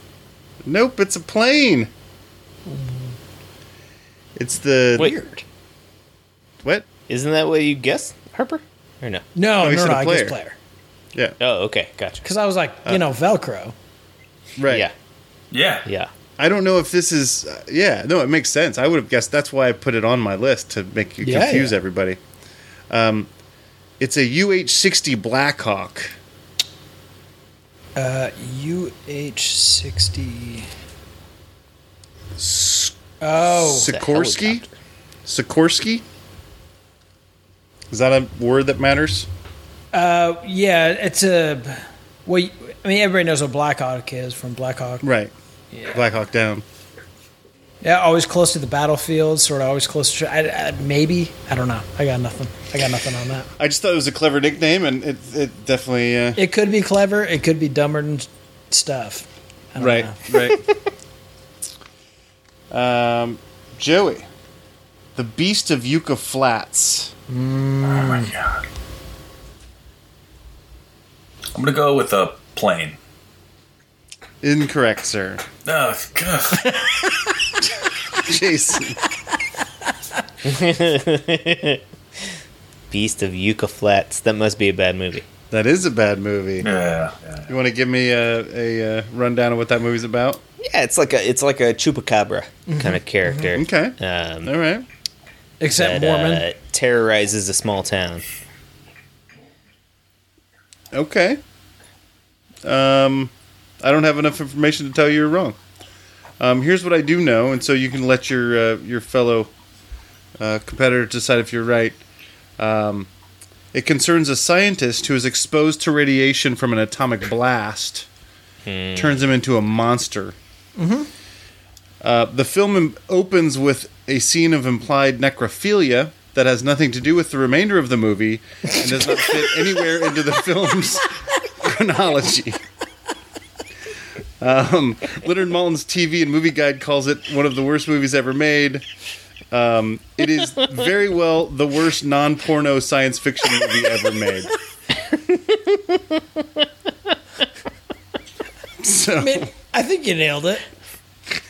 [SPEAKER 1] Nope, it's a plane. It's the
[SPEAKER 2] Weird.
[SPEAKER 1] what?
[SPEAKER 2] Isn't that what you guessed, Harper? Or no?
[SPEAKER 1] No,
[SPEAKER 4] No, no,
[SPEAKER 1] he
[SPEAKER 4] no,
[SPEAKER 1] said a
[SPEAKER 4] I guess
[SPEAKER 1] player. Uh.
[SPEAKER 4] player.
[SPEAKER 1] Yeah,
[SPEAKER 2] Oh, okay. Gotcha.
[SPEAKER 4] Because I was like, you know, Velcro.
[SPEAKER 1] right.
[SPEAKER 2] Yeah.
[SPEAKER 8] Yeah.
[SPEAKER 2] Yeah.
[SPEAKER 1] I don't know if this is. Uh, yeah, no, it makes sense. I would have guessed. That's why I put it on my list to make you
[SPEAKER 4] Yeah,
[SPEAKER 1] confuse
[SPEAKER 4] yeah.
[SPEAKER 1] everybody. Um, it's a UH-60 Blackhawk.
[SPEAKER 4] Uh, UH60. Oh,
[SPEAKER 1] Sikorsky. Sikorsky. Is that a word that matters?
[SPEAKER 4] uh, yeah, it's a. Well, you- I mean, everybody knows what Black Hawk is from Black Hawk.
[SPEAKER 1] Right. Yeah. Blackhawk down.
[SPEAKER 4] Yeah, always close to the battlefield, sort of always close to. I, I, maybe. I don't know. I got nothing. I got nothing on that.
[SPEAKER 1] I just thought it was a clever nickname, and it it definitely. Uh,
[SPEAKER 4] It could be clever, it could be dumber than stuff. I don't
[SPEAKER 1] Right,
[SPEAKER 4] know.
[SPEAKER 1] right. um, Joey, the Beast of Yucca Flats.
[SPEAKER 8] Oh my god. I'm gonna go with a plane.
[SPEAKER 1] Incorrect, sir.
[SPEAKER 8] Oh god.
[SPEAKER 1] Jason,
[SPEAKER 2] Beast of Yucca Flats. That must be a bad movie.
[SPEAKER 1] that is a bad movie.
[SPEAKER 8] yeah, yeah.
[SPEAKER 1] You want to give me a, a, uh rundown of what that movie's about?
[SPEAKER 2] Yeah, it's like a it's like a chupacabra kind of character.
[SPEAKER 1] Okay,
[SPEAKER 2] Um,
[SPEAKER 1] all right.
[SPEAKER 4] Except
[SPEAKER 2] that
[SPEAKER 4] Mormon.
[SPEAKER 2] uh, terrorizes a small town.
[SPEAKER 1] Okay. Um, I don't have enough information to tell you you're wrong. Um, here's what I do know, and so you can let your uh, your fellow uh, competitor decide if you're right. Um, it concerns a scientist who is exposed to radiation from an atomic blast, turns him into a monster. Uh, the film im- opens with a scene of implied necrophilia that has nothing to do with the remainder of the movie and does not fit anywhere into the film's chronology. Um, Leonard Maltin's TV and movie guide calls it one of the worst movies ever made. Um, it is very well the worst non porno science fiction movie ever made.
[SPEAKER 4] I mean, I think you nailed it.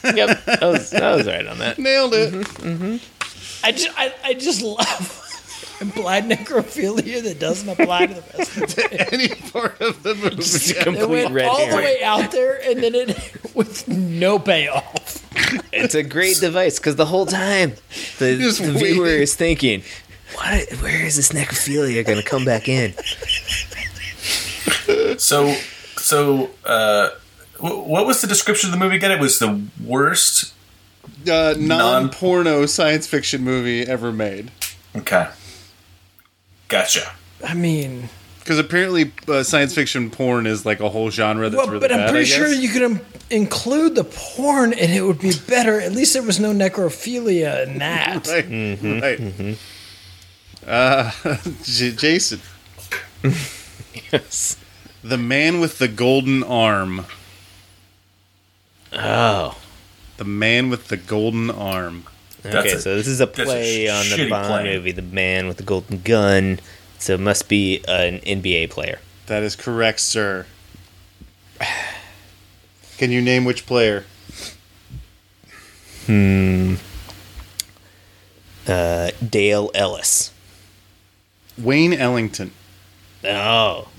[SPEAKER 2] Yep, I was, I was right on that.
[SPEAKER 1] Nailed it.
[SPEAKER 4] I just, I, I just love implied necrophilia that doesn't apply to the rest of it.
[SPEAKER 1] Any part of the movie.
[SPEAKER 4] It
[SPEAKER 2] Complete
[SPEAKER 4] went
[SPEAKER 2] red
[SPEAKER 4] all the
[SPEAKER 2] herring.
[SPEAKER 4] way out there and then it with no payoff.
[SPEAKER 2] It's a great device because the whole time the,
[SPEAKER 1] Just
[SPEAKER 2] the
[SPEAKER 1] waiting.
[SPEAKER 2] viewer is thinking, what, where is this necrophilia going to come back in?
[SPEAKER 8] So, so uh, wh- what was the description of the movie again? It was the worst.
[SPEAKER 1] uh, non porno science fiction movie ever made.
[SPEAKER 8] Okay, gotcha.
[SPEAKER 4] I mean,
[SPEAKER 1] Because apparently, uh, science fiction porn is like a whole genre that's
[SPEAKER 4] well,
[SPEAKER 1] really
[SPEAKER 4] but
[SPEAKER 1] bad,
[SPEAKER 4] I'm
[SPEAKER 1] I
[SPEAKER 4] pretty sure
[SPEAKER 1] guess.
[SPEAKER 4] you could Im- include the porn and it would be better. At least there was no necrophilia in that.
[SPEAKER 1] Right.
[SPEAKER 2] Mm-hmm,
[SPEAKER 1] right. Uh, J- Jason,
[SPEAKER 2] Yes.
[SPEAKER 1] the man with the golden arm.
[SPEAKER 2] Oh.
[SPEAKER 1] The man with the golden arm.
[SPEAKER 8] That's
[SPEAKER 2] okay,
[SPEAKER 8] a-
[SPEAKER 2] so this is a
[SPEAKER 8] a
[SPEAKER 2] play on the
[SPEAKER 8] shitty
[SPEAKER 2] Bond
[SPEAKER 8] play.
[SPEAKER 2] movie, The Man with the Golden Gun. So it must be an NBA player.
[SPEAKER 1] That is correct, sir. Can you name which player?
[SPEAKER 2] Uh, Dale Ellis.
[SPEAKER 1] Wayne Ellington.
[SPEAKER 2] Oh.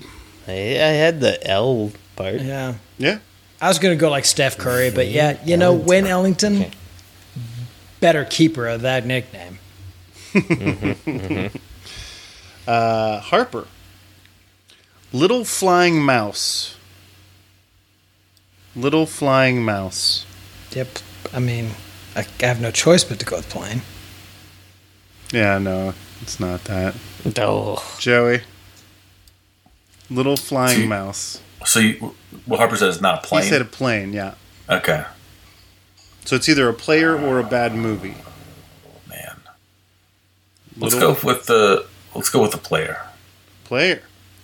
[SPEAKER 2] I, I had the L part.
[SPEAKER 4] Yeah.
[SPEAKER 1] Yeah.
[SPEAKER 4] I was going to go like Steph Curry, but yeah, you know, Wayne Ellington,
[SPEAKER 2] Okay.
[SPEAKER 4] better keeper of that nickname.
[SPEAKER 1] Uh, Harper. Little flying mouse. Little flying mouse.
[SPEAKER 4] Yep. I mean, I, I have no choice but to go with plane.
[SPEAKER 1] Yeah, no, it's not that.
[SPEAKER 2] Oh.
[SPEAKER 1] Joey. Little flying mouse.
[SPEAKER 8] So, you, well, Harper said it's not a
[SPEAKER 1] He
[SPEAKER 8] plane.
[SPEAKER 1] said a plane, yeah.
[SPEAKER 8] okay,
[SPEAKER 1] So it's either a player or a bad movie.
[SPEAKER 8] man. Let's
[SPEAKER 1] Little
[SPEAKER 8] go with the let's go with the player.
[SPEAKER 1] player.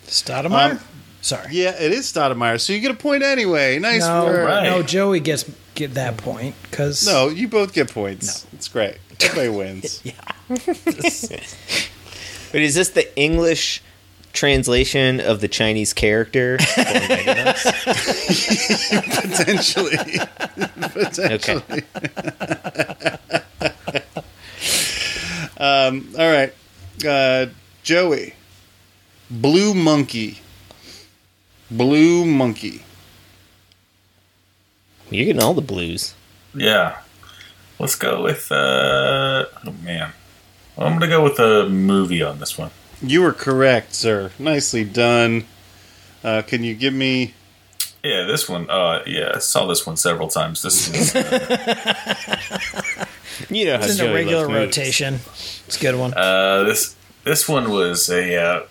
[SPEAKER 4] Stoudemire?
[SPEAKER 1] Um,
[SPEAKER 4] Sorry.
[SPEAKER 1] Yeah, it is Stoudemire, so you get a point anyway. Nice
[SPEAKER 4] no,
[SPEAKER 1] work.
[SPEAKER 8] Right.
[SPEAKER 4] no, Joey gets get that point because
[SPEAKER 1] No, you both get points. It's great. Everybody wins.
[SPEAKER 2] But is this the English translation of the Chinese character?
[SPEAKER 1] Potentially. Potentially.
[SPEAKER 2] Okay.
[SPEAKER 1] Um, all right. Uh, Joey. Blue Monkey. Blue Monkey.
[SPEAKER 2] You're getting all the blues.
[SPEAKER 8] Yeah. Let's go with uh oh man. I'm gonna go with a movie on this one.
[SPEAKER 1] You were correct, sir. Nicely done. Uh, can you give me.
[SPEAKER 8] Yeah, this one. Uh yeah, I saw this one several times. This is
[SPEAKER 2] You know how
[SPEAKER 4] it's in
[SPEAKER 2] Joey
[SPEAKER 4] a regular
[SPEAKER 2] loves movies.
[SPEAKER 4] rotation. It's a good one.
[SPEAKER 8] uh this this one was a uh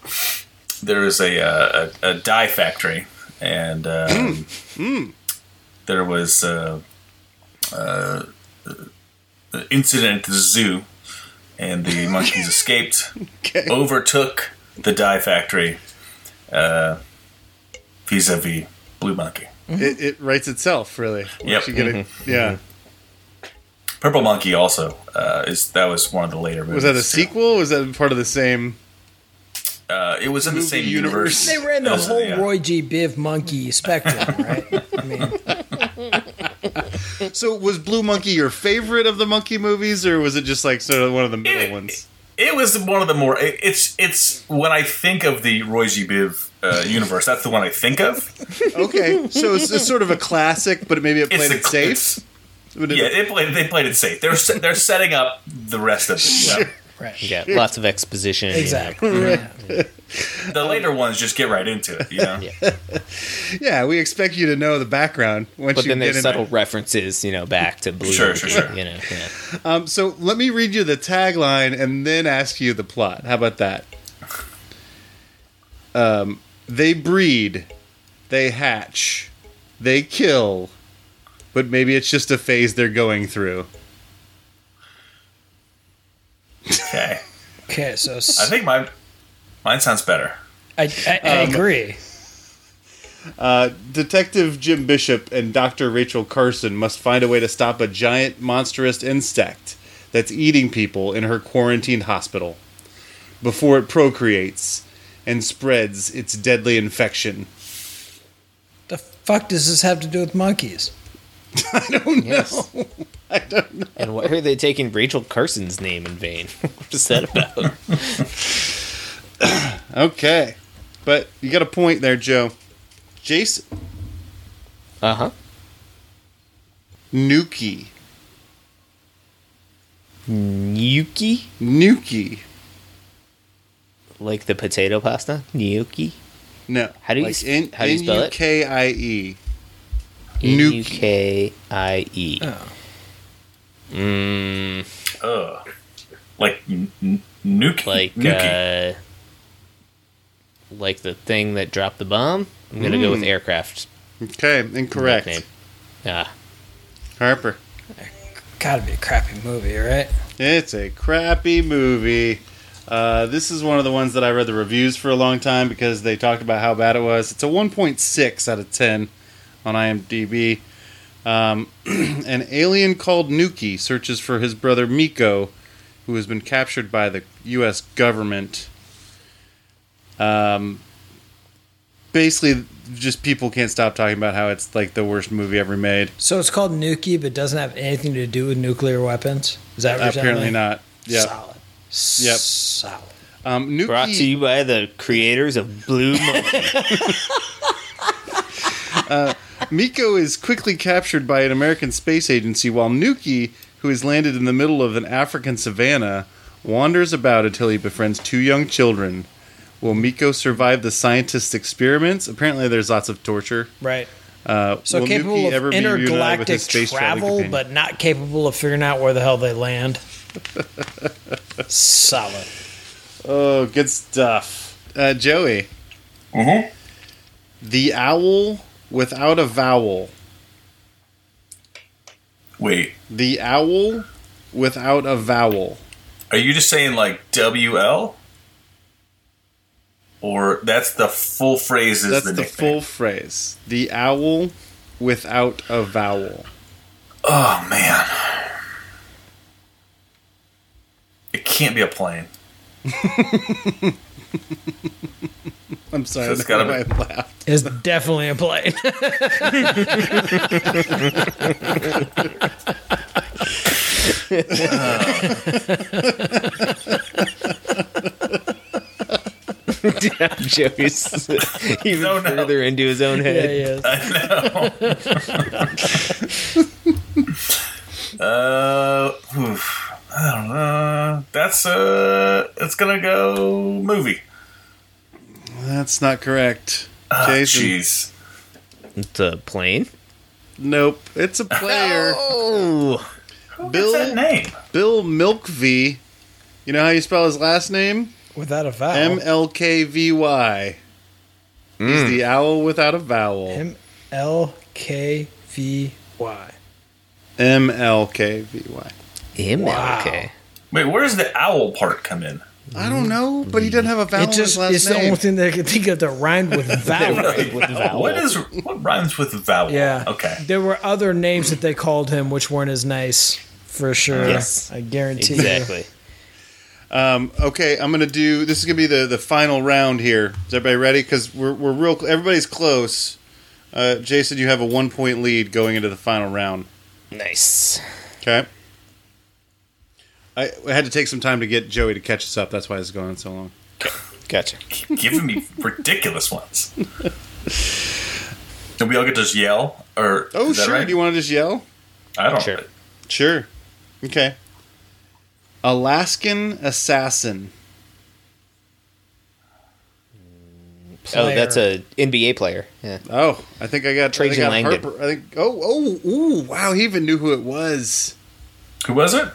[SPEAKER 8] there was a uh, a, a dye factory and um, there was uh, uh, incident at the zoo and the monkeys escaped
[SPEAKER 1] Okay.
[SPEAKER 8] overtook the dye factory uh, vis-a-vis blue monkey
[SPEAKER 1] It, it writes itself, really.
[SPEAKER 8] Yep. Mm-hmm.
[SPEAKER 1] You get it. Yeah.
[SPEAKER 8] purple monkey also uh, is that was one of the later movies
[SPEAKER 1] Was that a
[SPEAKER 8] too.
[SPEAKER 1] sequel? Or was that part of the same?
[SPEAKER 8] uh, it was in the
[SPEAKER 1] Movie
[SPEAKER 8] same
[SPEAKER 1] universe.
[SPEAKER 8] universe,
[SPEAKER 4] they ran the
[SPEAKER 8] as
[SPEAKER 4] whole
[SPEAKER 8] uh,
[SPEAKER 4] Roy G. Biv monkey spectrum, right? I mean,
[SPEAKER 1] So was Blue Monkey your favorite of the monkey movies, or was it just like sort of one of the middle
[SPEAKER 8] It-
[SPEAKER 1] ones?
[SPEAKER 8] it was one of the more it, it's it's when i think of the roy g biv uh, universe that's the one i think of
[SPEAKER 1] Okay, so it's, it's sort of a classic, but maybe it
[SPEAKER 8] it's
[SPEAKER 1] played
[SPEAKER 8] the
[SPEAKER 1] it safe.
[SPEAKER 8] it's-
[SPEAKER 1] Would it-
[SPEAKER 8] yeah they played, they played it safe they're se- they're setting up the rest of it you know?
[SPEAKER 4] right.
[SPEAKER 2] Yeah, lots of exposition. you know.
[SPEAKER 4] Exactly.
[SPEAKER 8] The later ones just get right into it, you know?
[SPEAKER 1] Yeah, we expect you to know the background once
[SPEAKER 2] But
[SPEAKER 1] you
[SPEAKER 2] then
[SPEAKER 1] get
[SPEAKER 2] there's
[SPEAKER 1] in
[SPEAKER 2] subtle references, you know, back to Blue.
[SPEAKER 8] Sure, sure, sure.
[SPEAKER 2] You know, yeah.
[SPEAKER 1] Um, so let me read you the tagline and then ask you the plot. How about that? Um, they breed, they hatch, they kill, but maybe it's just a phase they're going through.
[SPEAKER 8] Okay.
[SPEAKER 4] Okay, so
[SPEAKER 8] I
[SPEAKER 4] s-
[SPEAKER 8] think my mine sounds better.
[SPEAKER 4] I, I, I agree.
[SPEAKER 1] Uh, Detective Jim Bishop and Dr. Rachel Carson must find a way to stop a giant monstrous insect that's eating people in her quarantined hospital before it procreates and spreads its deadly infection.
[SPEAKER 4] The fuck does this have to do with monkeys?
[SPEAKER 2] Yes. I don't know. And why are they taking Rachel Carson's name in vain? what is that about?
[SPEAKER 1] Okay. But you got a point there, Joe. Jace
[SPEAKER 2] Uh huh.
[SPEAKER 1] Nuki.
[SPEAKER 2] Yuki?
[SPEAKER 1] Nuki.
[SPEAKER 2] Like the potato pasta? Yuki?
[SPEAKER 1] No.
[SPEAKER 2] How do you sp-
[SPEAKER 1] N-
[SPEAKER 2] how do you spell it?
[SPEAKER 1] N-U-K-I-E. Nuki.
[SPEAKER 2] N-U-K-I-E. E. Mm,
[SPEAKER 8] Ugh. Like n- n- nuke,
[SPEAKER 2] like,
[SPEAKER 8] nuke.
[SPEAKER 2] uh, like the thing that dropped the bomb? I'm going to go with aircraft.
[SPEAKER 1] Okay, incorrect.
[SPEAKER 2] Name. Ah,
[SPEAKER 1] Harper.
[SPEAKER 4] Gotta be a crappy movie, right?
[SPEAKER 1] It's a crappy movie. Uh, this is one of the ones that I read the reviews for a long time because they talked about how bad it was. It's a 1.6 out of 10 on IMDb. Um, an alien called Nuki searches for his brother Miko, who has been captured by the U.S. government. Um, basically, just people can't stop talking about how it's like the worst movie ever made.
[SPEAKER 4] So it's called Nuki, but doesn't have anything to do with nuclear weapons. Is that what you're telling
[SPEAKER 1] Apparently
[SPEAKER 4] me?
[SPEAKER 1] not. Yeah.
[SPEAKER 4] Solid.
[SPEAKER 1] Yep.
[SPEAKER 4] Solid.
[SPEAKER 1] Um, Nuki,
[SPEAKER 2] brought to you by the creators of Blue Monkey.
[SPEAKER 1] Miko is quickly captured by an American space agency while Nuki, who is landed in the middle of an African savanna, wanders about until he befriends two young children. Will Miko survive the scientists' experiments? Apparently, there's lots of torture.
[SPEAKER 4] Right.
[SPEAKER 1] Uh,
[SPEAKER 4] So
[SPEAKER 1] will Nuki
[SPEAKER 4] capable of
[SPEAKER 1] ever be reunited with
[SPEAKER 4] intergalactic
[SPEAKER 1] his space
[SPEAKER 4] travel,
[SPEAKER 1] companion?
[SPEAKER 4] but not capable of figuring out where the hell they land. Solid.
[SPEAKER 1] oh, good stuff, uh, Joey.
[SPEAKER 8] Mhm.
[SPEAKER 1] The owl without a vowel.
[SPEAKER 8] Wait,
[SPEAKER 1] The owl without a vowel.
[SPEAKER 8] are you just saying like WL? Or that's the full phrase is
[SPEAKER 1] That's
[SPEAKER 8] the
[SPEAKER 1] the,
[SPEAKER 8] nickname.
[SPEAKER 1] full phrase. The owl without a vowel.
[SPEAKER 8] oh man. It can't be a plane.
[SPEAKER 1] I'm sorry,
[SPEAKER 8] That's
[SPEAKER 1] I don't know
[SPEAKER 8] gotta
[SPEAKER 1] why I laughed.
[SPEAKER 4] Is definitely a plane.
[SPEAKER 2] Joey's even
[SPEAKER 8] No, no.
[SPEAKER 2] further into his own
[SPEAKER 4] yeah,
[SPEAKER 2] head.
[SPEAKER 4] yes.
[SPEAKER 8] Uh, oof. I don't know. That's uh, it's gonna go movie.
[SPEAKER 1] That's not correct. Jason.
[SPEAKER 8] Jeez.
[SPEAKER 2] It's a plane.
[SPEAKER 1] Nope. It's a player.
[SPEAKER 2] Oh,
[SPEAKER 8] What's that
[SPEAKER 1] Bill
[SPEAKER 8] name?
[SPEAKER 1] Bill Milkvy. You know how you spell his last name?
[SPEAKER 4] Without a vowel.
[SPEAKER 1] M L K V Y. He's the owl without a vowel.
[SPEAKER 4] M L K V Y.
[SPEAKER 1] M L K V Y.
[SPEAKER 2] MLK.
[SPEAKER 8] Wait, where's the owl part come in?
[SPEAKER 1] I don't know, but he doesn't have a vowel
[SPEAKER 4] It
[SPEAKER 1] in his
[SPEAKER 4] just
[SPEAKER 1] last
[SPEAKER 4] it's the
[SPEAKER 1] name.
[SPEAKER 4] only thing that I could think of that rhymed with vowel.
[SPEAKER 8] What is what rhymes with vowel?
[SPEAKER 4] yeah.
[SPEAKER 8] Okay.
[SPEAKER 4] There were other names that they called him which weren't as nice for sure.
[SPEAKER 2] Yes.
[SPEAKER 4] I guarantee you.
[SPEAKER 2] Exactly.
[SPEAKER 1] Um, okay, I'm gonna do. This is gonna be the the final round here. Is everybody ready? Because we're we're real. cl- Everybody's close. Uh, Jason, you have a one point lead going into the final round.
[SPEAKER 2] Nice.
[SPEAKER 1] Okay. I, I had to take some time to get Joey to catch us up. That's why it's going on so long.
[SPEAKER 2] Gotcha.
[SPEAKER 8] Giving me ridiculous ones. Do we all get to just yell? Or
[SPEAKER 1] Oh,
[SPEAKER 8] is that
[SPEAKER 1] sure.
[SPEAKER 8] right?
[SPEAKER 1] Do you want to just yell?
[SPEAKER 8] I don't.
[SPEAKER 2] Sure.
[SPEAKER 1] Sure. Okay. Alaskan assassin.
[SPEAKER 2] Oh, that's a NBA player. Yeah.
[SPEAKER 1] Oh, I think I got
[SPEAKER 2] Trajan
[SPEAKER 1] I think I got
[SPEAKER 2] Langdon.
[SPEAKER 1] Harper. I think. Oh, oh, ooh, wow! He even knew who it was.
[SPEAKER 8] Who was it?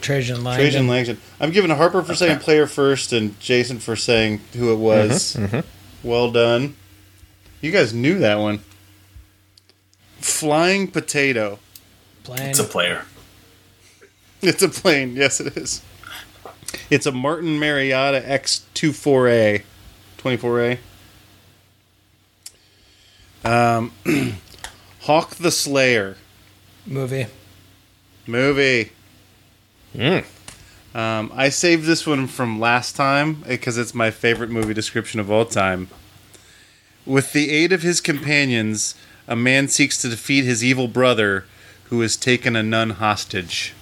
[SPEAKER 4] Trajan Langdon.
[SPEAKER 1] Trajan Langdon. I'm giving Harper for saying player first and Jason for saying who it
[SPEAKER 2] Mm-hmm,
[SPEAKER 1] was. Well done. You guys knew that one. Flying potato.
[SPEAKER 4] Playing.
[SPEAKER 8] It's a player.
[SPEAKER 1] It's a plane. Yes, it is. It's a Martin Marietta X24A. 24A. Um, Um, Hawk the Slayer
[SPEAKER 4] movie.
[SPEAKER 1] movie. Um, I saved this one from last time because it's my favorite movie description of all time. With the aid of his companions, a man seeks to defeat his evil brother, who has taken a nun hostage.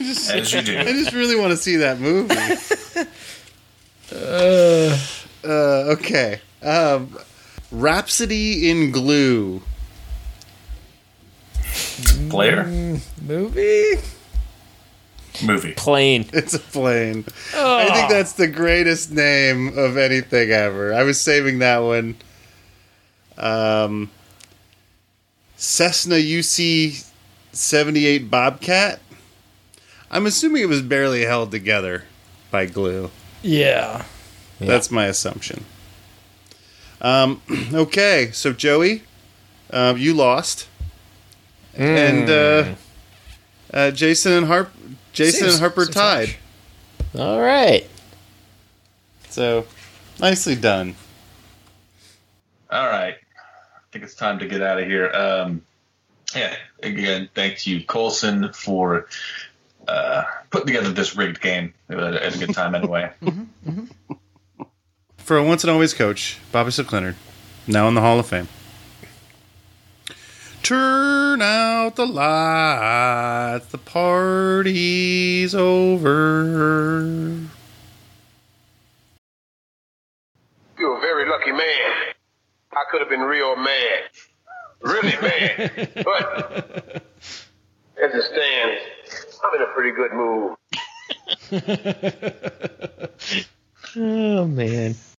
[SPEAKER 8] As you
[SPEAKER 1] I
[SPEAKER 8] do.
[SPEAKER 1] just really want to see that movie. Uh, okay. Um, Rhapsody in Glue.
[SPEAKER 8] Player?
[SPEAKER 4] Movie.
[SPEAKER 8] Movie.
[SPEAKER 2] Plane.
[SPEAKER 1] It's a plane. I think that's the greatest name of anything ever. I was saving that one. Um, Cessna UC 78 Bobcat. I'm assuming it was barely held together by glue.
[SPEAKER 4] Yeah.
[SPEAKER 1] That's my assumption. Um, okay, so Joey, uh, you lost,
[SPEAKER 4] Hmm.
[SPEAKER 1] and uh, uh, Jason and Harp, Jason
[SPEAKER 4] Seems-
[SPEAKER 1] and Harper
[SPEAKER 4] seems
[SPEAKER 1] tied.
[SPEAKER 4] harsh.
[SPEAKER 2] All right.
[SPEAKER 1] So nicely done.
[SPEAKER 8] All right. I think it's time to get out of here. Um, yeah. Again, thank you, Colson, for uh, putting together this rigged game. It was a good time anyway.
[SPEAKER 1] for a once and always coach, Bobby Leonard, now in the Hall of Fame. Turn out the lights, the party's over.
[SPEAKER 5] You're a very lucky man. I could have been real mad. Really mad. But as it stands, I'm in a pretty good mood.
[SPEAKER 2] Oh man.